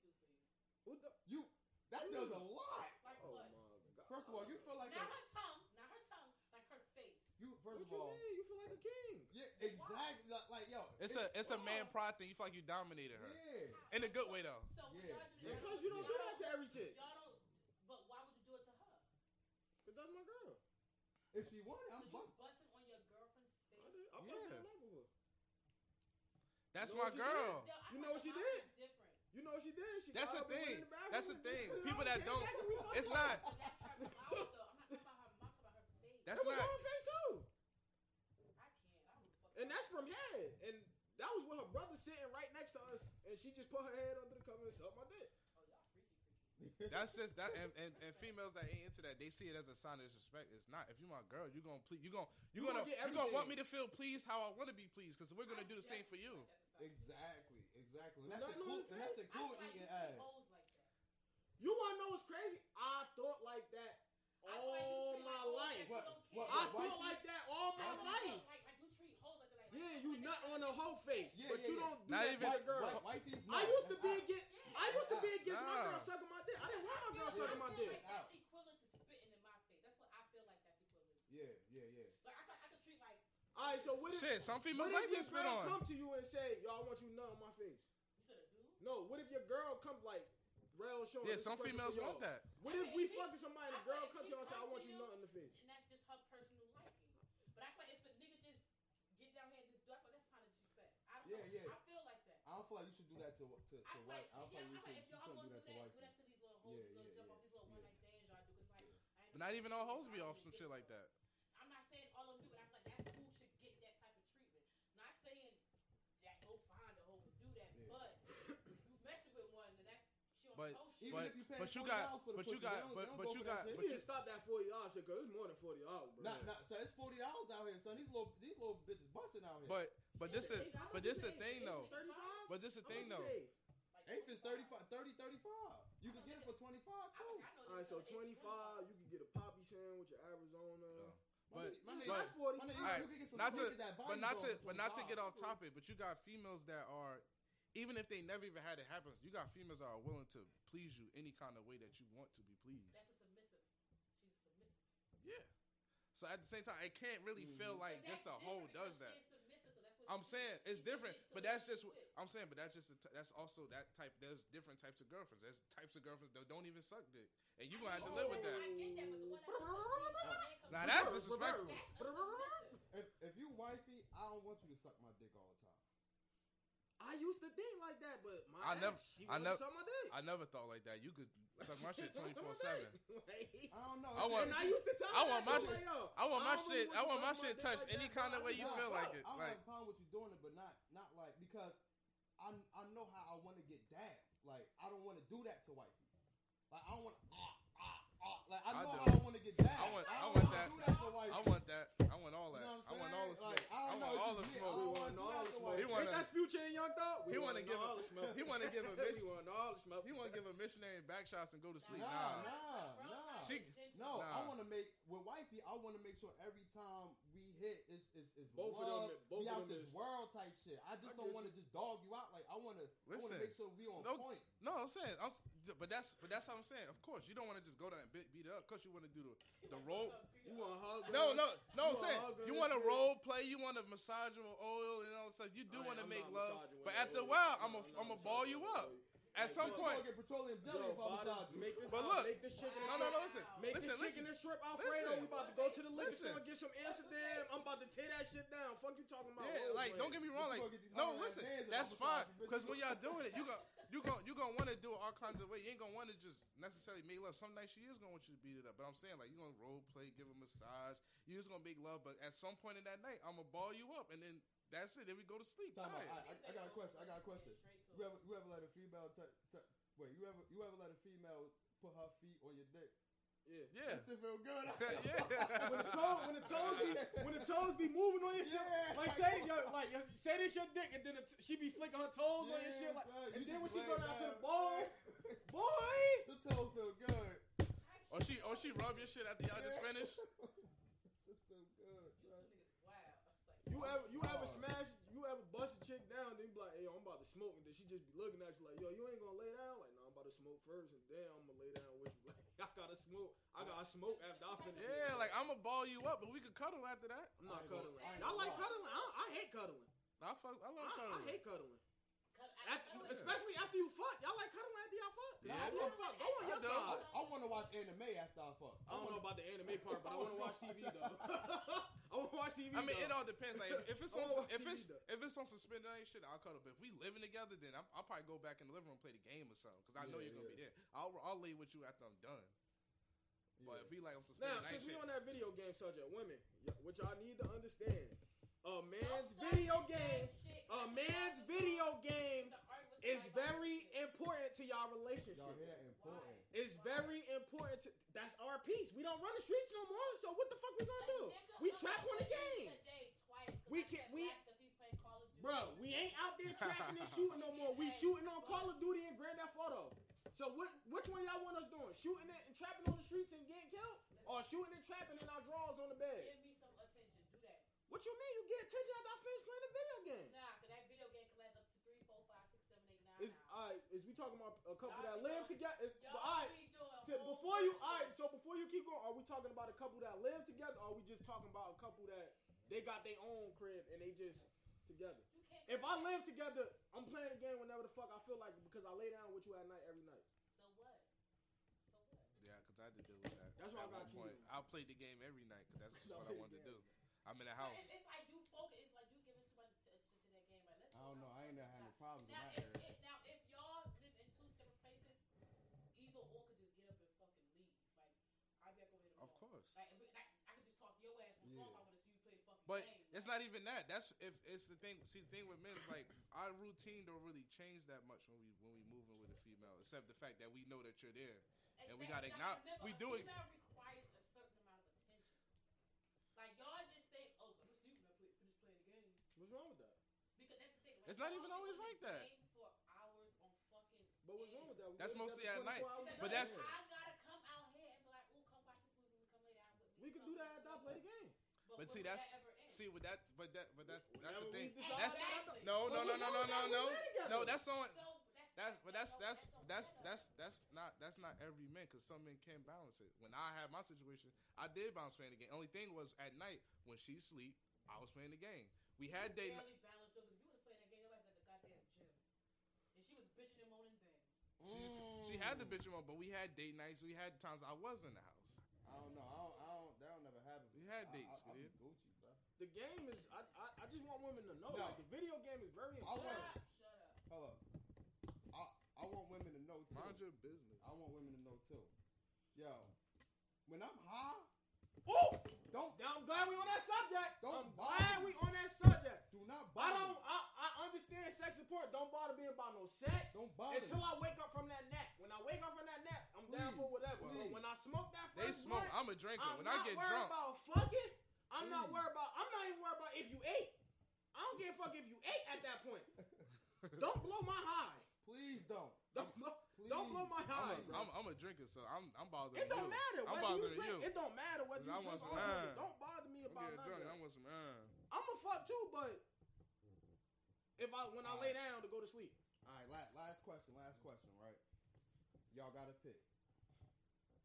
What do for you? the- You that Ooh. does a lot. Like Oh what? my god. First of all, you feel like a, not her tongue, not her tongue, like her face. you What first of you all mean? You feel like a king. Yeah, exactly like, like, yo. It's a it's a man wrong. pride thing. You feel like you dominated her Yeah. in a good way though. So when Yeah, y'all do yeah. that, Because you don't do that to every chick. Y'all don't. But why would you do it to her? Cause that's my girl. If she wanted, So I'm you bust. busting on your girlfriend's face. I did. uh, I Yeah. busted her mouth before. That's You know my what she did? girl. Yo, I You thought know what she the mouth did? was Different. You know what she did? She That's the got up and went thing. in the bathroom That's the and just thing. put it People on. that Yeah, don't- exactly. We fucked It's up. not. But that's her mouth though. I'm not talking about her mouth. I'm talking about her face. That's it was not. her face too. I can't. I don't fuck. And that's from head. And that was with her brother sitting right next to us, and she just put her head under the cover and sucked my dick. Oh, y'all freaky, freaky. That's just that, and, and, and females that ain't into that, they see it as a sign of disrespect. It's not. If you my girl, you gonna please, you gonna you, You gonna, gonna get you gonna want me everything. to feel pleased how I want to be pleased because we're gonna do the same for you. Exactly, exactly. And Not that's knowing including, the and that's I feel including like you eating treat ass. hoes like that. You wanna know what's crazy? I thought like that I feel like you all treat, like, my hoes life. that you What- I what- don't care. Yeah, thought wifey- like that all my wifey- life. Like, like you treat hoes like that. Like, Yeah, like, you like nut that. on the whole face, Yeah, but yeah, you yeah. don't do Not that even- to your girl. White, white, I wifey's mouth, used to that's be out. against. Yeah. I used to be Nah. against my girl sucking my dick. I didn't want my girl I feel sucking my dick. Like that's equivalent to spitting in my face. That's what I feel like that's equivalent to. Yeah, yeah, yeah. Like I, feel- I could treat like All right, so what if, Shit, some what females if like your being spit girl on. come to you and say, "Yo, I want you nut on my face"? you said a dude. No, what if your girl come like, rail showing? Yeah, this some question for females y'all. want that. What if we fucking somebody and the girl If comes she to you and say, "I come want to you you nut in the face"? and that's just her personal liking. But I feel like if the nigga just get down here and just do it, that's kind of disrespect. I don't Yeah, know. yeah. I feel like that. I don't feel like you should do that to to, to I feel white. like, I don't feel yeah, I feel like you should, like if you y'all shouldn't gonna do that to white. do that, do that to these little Yeah, hoes, yeah, gonna jump Not even on Hosby off some shit like that. I'm not saying all of them do, but I feel like that school should get that type of treatment. Not saying that go find a hoe and do that, Yeah. but you messing with one, and that's she on But- social. Even But if you pay but you $40 got for but the you pussy, they got don't- they but don't but go you for that got shit. but We need you to stop that forty hours shit, cause it's more than forty hours, bro. Nah, nah, so it's forty dollars out here, son. These little these little bitches busting out here. but but this is $8 but this the you made. thing though. $8 $35? But this the thing though. Like, eighth is 35, 30, 35. You can get it for twenty five I too. was- I know All right, this so was an twenty 80 five, you can get a poppy sandwich in Arizona. Yeah. My But nigga- my nigga- So that's forty. my nigga, you- Alright, you can get some not to- pussy that body But not roll to for but not to get 25. off topic, but you got females that are even if they never even had it happen, you got females that are willing to please you any kind of way that you want to be pleased. That's a submissive. She's a submissive. Yeah. So at the same time, it can't really feel Mhm. like But just that's a hoe different does because that. she is submissive, so that's what I'm she saying is. it's She's different, submitted to but what that's she's just what- with. I'm saying. But that's just a t- that's also that type. There's different types of girlfriends. There's types of girlfriends that don't even suck dick, and you gonna have to live with that. I get that, but the one that Now that's Reverse, disrespectful. reverse. That's a submissive. If if you wifey, I don't want you to suck my dick all the time. I used to think like that, but I my ex, never- she I wanted never- some of dick. I never thought like that. You could suck my shit Some of 24 seven. dick. I don't know. I want- And I used to tell I her want that, my she was shit- like, yo, I want my don't shit- really I want to my suck shit dick touched like any that, kinda bro. way I you just feel wanna like fuck. it. I don't have a problem with you doing it, but not not like because I I know how I want to get down. Like I don't want to do that to wifey. Like I don't want ah ah ah. Like I I know do. how I want to get down. I want- I, I don't want wanna that. Do that to wifey. I want that. I want all that. You know I what I'm want all the smoke. saying? Like, I, I don't want know, all it's the just me. smoke. I We don't want do all that the to smoke. wifey. He wanna- Ain't that future in Young Thug? We he wanna give all a- the smoke. he wanna give a We bitch- want all the smoke. You want to give a missionary back shots and go to sleep? Nah, Nah. nah. She- No, Nah. I want to make with wifey. I want to make sure every time we hit, it's it's, it's Both of love, them- both we of out them this is- world type shit. I just I don't get want to just dog you out. Like I want to, I want Listen, to make sure we on don't- point. No, I'm saying, I'm, s- but that's but that's how I'm saying. Of course, you don't want to just go down and beat, beat it up. Of course, you want to do the the role. You want hug? No, her? no, no. You I'm a saying hugger you and want to shit. role play. You want to massage her with oil and all that stuff. You do Oh, want Alright, to I'm make not love, massaging but with after a oil. while, I'm a I'm I'm not a massaging ball with you oil. up. At some point, Like, yo, I'm gonna get petroleum jelly Yo, if I fathers, massage you. make this, But out- look. make this chicken and No, no, shrimp. no. Listen, Make listen, this chicken listen. and shrimp Alfredo. Listen. We about to go to the liquor Listen. store and get some Amsterdam. I'm about to tear that shit down. Fuck you talking about? Yeah, road like don't rage. get me wrong. Like You gonna get these no, hard-ass listen, hands and that's I'ma fine. charge you, bitch. Because when y'all doing it, you go you go you gonna want to do it all kinds of way. You ain't gonna want to just necessarily make love. Some nights she is gonna want you to beat it up, but I'm saying like you gonna role play, give a massage. You just gonna make love, but at some point in that night, I'm gonna ball you up, and then that's it. Then we go to sleep. Time out. Tired. I, I- I got a question. I got a question. You ever you ever let a female t- t- wait? You ever you ever let a female put her feet on your dick? Yeah. Yeah, That shit feel good. yeah. When the toes, when the toes be, when the toes be moving on your shit, Yeah. like say this, your, like your- say this your dick, and then the t- she be flicking her toes on your shit, like, son, you and then just when she lay go down to the down. balls, boy, the toes feel good. Oh, Or she or she rub your shit after y'all just finished. This feel good. You son. you two niggas, wow. ever you ever Oh. smash, you ever bust a chick down, then you be like, hey, yo, I'm about to smoke, and then she just be looking at you like, yo, you ain't gonna lay down, like, no, I'm about to smoke first, and then I'm gonna lay down with you, like, I gotta smoke, I gotta smoke after I finish. Yeah, like I'm gonna ball you up, but we could cuddle after that. I'm not I ain't gonna- cuddling. I ain't I, gonna like lie. cuddling. I, I hate cuddling. I fuck. I I, love cuddling. I hate cuddling. Like, At, especially after you fuck, y'all like cuddling after y'all fuck. Yeah. After you fuck, go on your I do. side. I want to watch anime after I fuck. I don't know wanna- about the anime part, but I Oh, want to watch TV though. I want to watch TV. I mean, it though. all depends. Like, if, if it's I on wanna watch if TV it's though. if it's on suspended and shit, I'll cuddle. But if we living together, then I'm, I'll probably go back in the living room and play the game or something because I know Yeah, you're gonna be there. I'll I'll lay with you after I'm done. But if we like on suspended Now, night since we shit, on that video game subject, women, y- what y'all need to understand: a man's man's video game, a man's video game is very important to y'all relationship. Y'all hear that? Important. It's very important. To, that's our piece. We don't run the streets no more. So what the fuck we gonna do? We trap on the game, We We can't- can we- we bro. We ain't out there trapping and shooting no more. We shooting on Call of Duty and Grand Theft Auto. So what? Which one y'all want us doing? Shooting it and trapping on the streets and getting killed, or Oh, shooting and trapping in our drawers on the bed? Give me some attention. Do that. What you mean? You get attention after I finish playing the video game? Nah, 'cause that video game can last up to three, four, five, six, seven, eight, nine Is hours. all right? Is we talking about a couple Y'all that be live doing- together? Is, Y'all but all right. be doing To, whole before you, bunch all right. of So shit. before you keep going, are we talking about a couple that live together? Or are we just talking about a couple that they got their own crib and they just together? You can't If do I that. live together, I'm playing the game whenever the fuck I feel like it because I lay down with you at night every night. So what? So what? yeah, because I had to deal with that. That's why at I got one point. you. I played the game every night because that's just I what I played the wanted to do. game. I'm in the But house. It's, it's like you focus. It's like you giving too much attention to that game. Like, let's I don't know. I ain't never had no problems in Now, that if, area. if, now, if y'all live in two separate places, either or could just get up and fucking leave. Like, I bet go ahead. and Of walk. Like, if we- like, I could just talk to your ass on the Yeah. phone if I want to see you play the fucking But game. it's not even that. That's if it's the thing. See, the thing with men is like our routine don't really change that much when we when we moving with a female, except the fact that we know that you're there. Exactly. and we gotta Now, acknowledge- remember, we a do it- female requires a certain amount of attention. Like y'all just say, "Oh, I'm sleeping. I play, finish playing the game." What's wrong with that? Because that's the thing. It's not y'all even be always on the like that. game For hours on fucking. But what's wrong with that? That's What is mostly at that, night. 24 hours Because But a that's- day? I gotta come out here and be like, "Oh, come watch this movie. when we Come lay down with me." we could come do watch that after I this play movie." the game. But But when see, will that's- that ever end? See, with that, but that, but that's that's the Whenever thing. we decide That's that- Exactly. Oh, no, no, But no, no, we no, no, know that we no, play together. no. That's on. So that's That's but that's don't- that's don't that's matter. that's that's not that's not every man because some men can balance it. When I had my situation, I did bounce playing the game. Only thing was at night when she sleep, I was playing the game. We had day. barely balanced though, 'cause if you was playing that game, your ass at the goddamn gym, and she was bitching and moaning bad. She's, she had the bitch mode, but we had date nights. We had times I was in the house. I don't know. I don't. I don't that'll never happen. You had I- dates, I, I, dude. I'm Gucci, bro. The game is. I, I, I just want women to know. No. Like, the video game is very I Shut want- important. up! Shut up! Hello. I I want women to know too. Mind your business. I want women to know too. Yo, when I'm high, Ooh! don't Now I'm glad we on that subject. Don't I'm bother glad me. we on that subject. do not I bother. don't. I, I understand sex support. Don't bother me about no sex. me. Don't bother. Until me. I wake up from that nap. When I wake up from that nap, I'm down Please, for whatever. But please. when I smoke that They first smoke. blunt, I'm a drinker. I'm when not I get worried drunk, about fucking. I'm not Please. worried about. I'm not even worried about if you ate. I don't give a fuck if you ate at that point. Don't blow my high. Please don't. Don't blow. Please. Don't blow my I'm, high. a, bro. I'm, I'm a drinker, so I'm I'm bothering it don't you. matter I'm whether you bothering drink. you. It don't matter whether you I drink want or some not. iron. Don't bother me I'm about getting none of drunk. that. I'm with some. Uh, I'm a fuck too, but if I when I lay down to go to sleep, All right, last, last question, last question, right? Y'all gotta pick.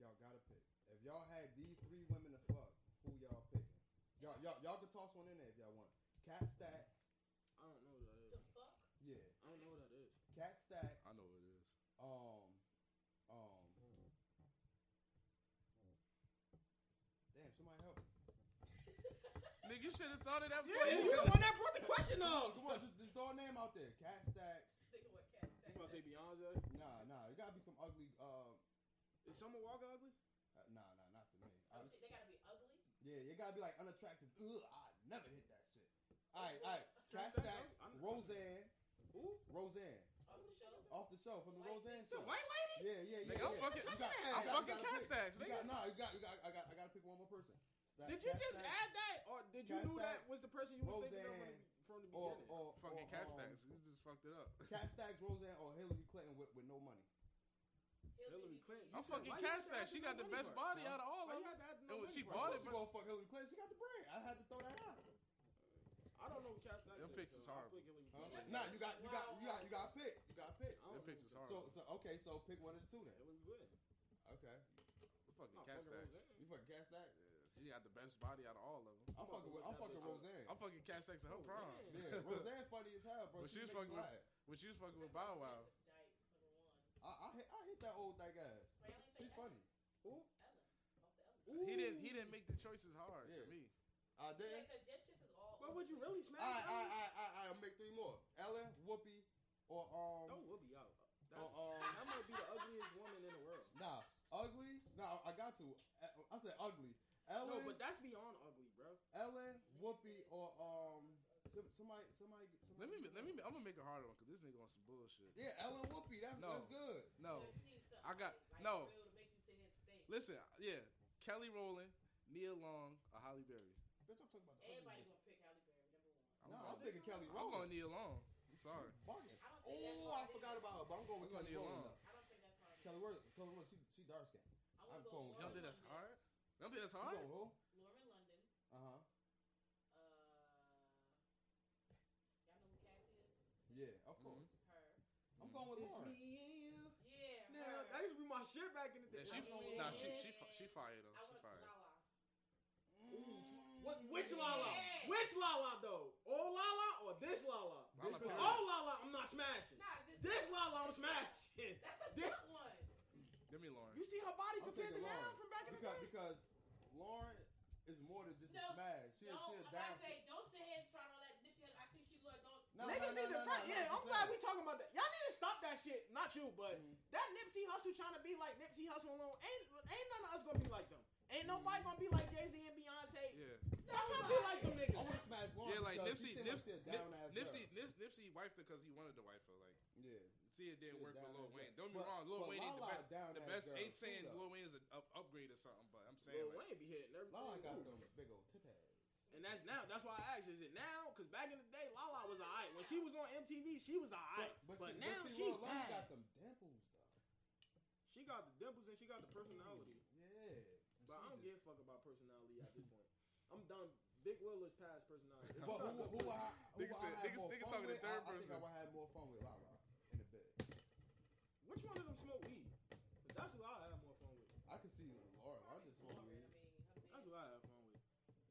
Y'all gotta pick. If y'all had these three women to fuck, who y'all picking? Y'all, y'all, y'all can toss one in there if y'all want. Cat Stack, I don't know what that To is. fuck? yeah. I don't know what that is. Cat Stack, I know what it is. um, um. Damn, somebody help me. Nigga, you should have thought of that before. Yeah, you- you the one that brought the question up. Come on, just, just throw a name out there. Cat Stack. Think of what cat You about to say sex. Beyonce? Nah, nah. It gotta be some ugly. Uh, Is Summer Walker ugly? uh, nah, nah, not to me. I, Oh shit, they gotta be ugly. yeah, it gotta be like unattractive. Ugh, I never hit that shit. All right, all right. Cat Cat Stack, Stack, I'm- Roseanne, Who? Roseanne, Off the show. off the show from the White Roseanne The show. white lady? Yeah, yeah, yeah. Nigga, yeah. I'm fucking- You got- I'm you I'm got- you fucking gotta cat pick. stacks, You nigga. got, no, you got, you got, I got, I got to pick one more person. Stack- Did you Cat just Stack add that, or did you Cat knew that Stack, was the person you was thinking of Roseanne, from, from the Or, beginning? or Fucking or, cat um, stacks. You just fucked it up. Cat Stacks, Roseanne, or Hillary Clinton with, with no money. Hillary Clinton. I'm You said, fucking why you cat had to add stacks. She the got the nobody best part, body huh? out of all Why of you them. had to add the It was- nobody she part? bought it, Of course but- you gonna fuck Hillary Clinton. She got the bread. I had to throw that out. I don't know who Cat Stacks Them is, pics is so I'll horrible. pick Hillary Huh? Clinton. Nah, you got, you got, you got, you got Wow. to pick. You got to pick. I don't Them pics know is who Cat- horrible. So, so okay, so pick one of the two then. Hillary Clinton. Okay, Fucking Not cat fucking stacks. Roseanne. you fucking Cat Stacks. Yeah, She got the best body out of all of them. I'm fucking, with, I'm fucking Roseanne. I'm fucking cat stacks at her prom. Roseanne. Yeah, Roseanne funny as hell, bro. But she was make me fucking with- laugh. When she was fucking with Bow Wow. Dyke for the one. I, I, hit, I hit that old dyke ass. Wait, I didn't say She that. funny. Who? Ella. Off the Ella. He didn't. He didn't make the choices hard Yeah. to me. I Yeah, did. 'cause that shit is all But over. would you really Uh, I, smash? I, Ellen? I, I, I'll make three more. Ellen, Whoopi, or That um, will Oh, be out. That's, or um, that might be the ugliest woman in the world. nah, ugly. Nah, I got to. I- I said ugly. No, Ellen, but that's beyond ugly, bro. Ellen, Whoopi, or um, some- somebody, somebody, somebody. Let me. Let me. I'm gonna make a harder one because this nigga on some bullshit. Yeah, Ellen Whoopi. That's No. that's good. No. Because you need something I got- like no. real to make you sit here and think. Listen. Yeah. Kelly Rowland, Nia Long, or Holly Berry. Bitch, I'm talking about the Everybody ugly gonna pick Halle Berry, number one. bitch. I'm Nah, I'm going. thinking Kelly I'm going Rowland. Nia Long. I'm sorry. Bargain. I don't think that's Oh, I hard. forgot about her, but I'm going with I'm going Kelly Nia Rowland. Long. now. I don't think that's hard. Kelly Rowland, Kelly Rowland, she, she dark skin. I wanna I'm go going Y'all with- Lauren think that's London. hard? Y'all think that's You hard? going with who? Lauren London. Uh huh. Uh, y'all know who Cassie is? Yeah, of course. Her. Mm-hmm. I'm going with Lauren. Yeah. Nah, that her. used to be my shit back in the Yeah, day. she. I'm going with Nah, Lauren. she. She. fi- She fired I though. She want fired. Lala. Mm. What, which Lala? Yeah. Which Lala though? Old Lala or this Lala? Lala Because Lala. old Lala, I'm not smashing. Nah, this. This Lala, I'm smashing. That's this- a good one. Give me Lauren. You see her body I'm compared to taking now Lauren. from back in the Because day? because Lauren is more than just a No, smash. She is Don't. she is I'm down. about to say, don't sit here and try all that nifty. I see she look. Don't. No, Niggas no, need no, to no, fight. no, yeah, I'm no, I'm glad we saying. talking about that. Y'all need to stop that shit. Not you, but Mhm. that Nipsey Hustle trying to be like Nipsey Hustle alone ain't ain't none of us gonna be like them. Ain't nobody gonna be like Jay Z and Beyonce. Yeah. Y'all trying to be like them I niggas. want to smash Lauren Yeah, like because she Nipsey, seemed like she Nipsey, a down-ass girl. Nipsey, Nipsey, Nipsey wiped her because he wanted to wife her. Like, Yeah. see, it She didn't a work with down-ass Lil girl. Wayne. Don't get me But- wrong, Lil but Wayne ain't the Lala a best. The down-ass best girl, ain't too, saying though. Lil Wayne is an up, upgrade or something, but I'm saying Lil like, Wayne be hitting Lala everything. got Ooh. them big old tip ass. And that's now. That's why I asked, is it now? Because back in the day, Lala was alright. When she was on MTV, she was alright. But, see- now see, she Lil Wayne bad. got them dimples though. She got the dimples and she got the personality. Yeah. But I don't She give a fuck about personality at this point. I'm done. Big Will is past personality. just- But who, who, I, who Nigga said- I had niggas- more niggas fun talking in with, third I, I think I person. would have had more fun with Lala in the bed. Which one of them smoke weed? 'Cause that's who I have more fun with. I could see Lauren. I just want to read. That's who I have fun with.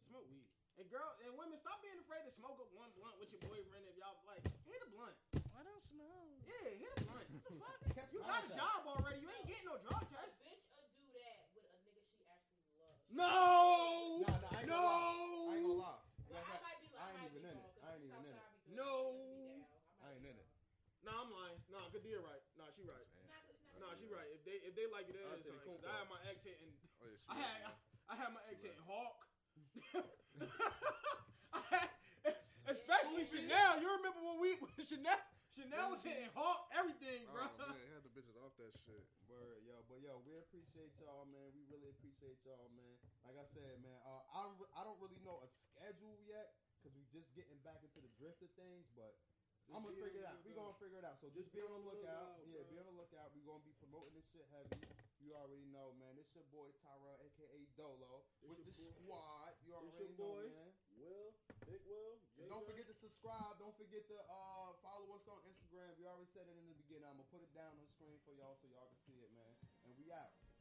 Smoke weed. And girl, and women, stop being afraid to smoke up one blunt with your boyfriend if y'all like hit a blunt. I don't smell. Yeah, hit a blunt. What the fuck? Catch You my got a eye. job already. You ain't getting no drug A test. bitch will do that with a nigga she actually loves. No. Nah, nah, I ain't gonna lie. I ain't Oh, gonna lie. Well, I Matter of fact, might be I like, ain't even in it. I ain't even in it. No. I ain't in it. Nah, I'm lying. Nah, Kadir right. Nah, she right. Nah, she right. If they if they like it, that I'll is take right. 'Cause Coco. I had my ex hitting. Oh, yeah, she I was, had yeah. I had my ex She hitting Hawk. I had- Especially Who Chanel. You remember when we Chanel Chanel was hitting Hawk everything, bro. Oh man, had the bitches off that shit. Word, yo, but yo, we appreciate y'all, man. We really appreciate y'all, man. Like I said, man, uh, I don't, re- I don't really know a schedule yet because we just getting back into the drift of things. But I'm gonna figure it out. We gonna figure it out. So just, be on the lookout. yeah, be on the lookout. We gonna be promoting this shit heavy. You already know, man. This your boy Tyrell, aka Dolo, This with your the boy. squad. You This already your know, boy. man. Will, Big Will, And don't forget to subscribe. Don't forget to uh, follow us on Instagram. We already said it in the beginning. I'm gonna put it down on the screen for y'all so y'all can see it, man. And we out.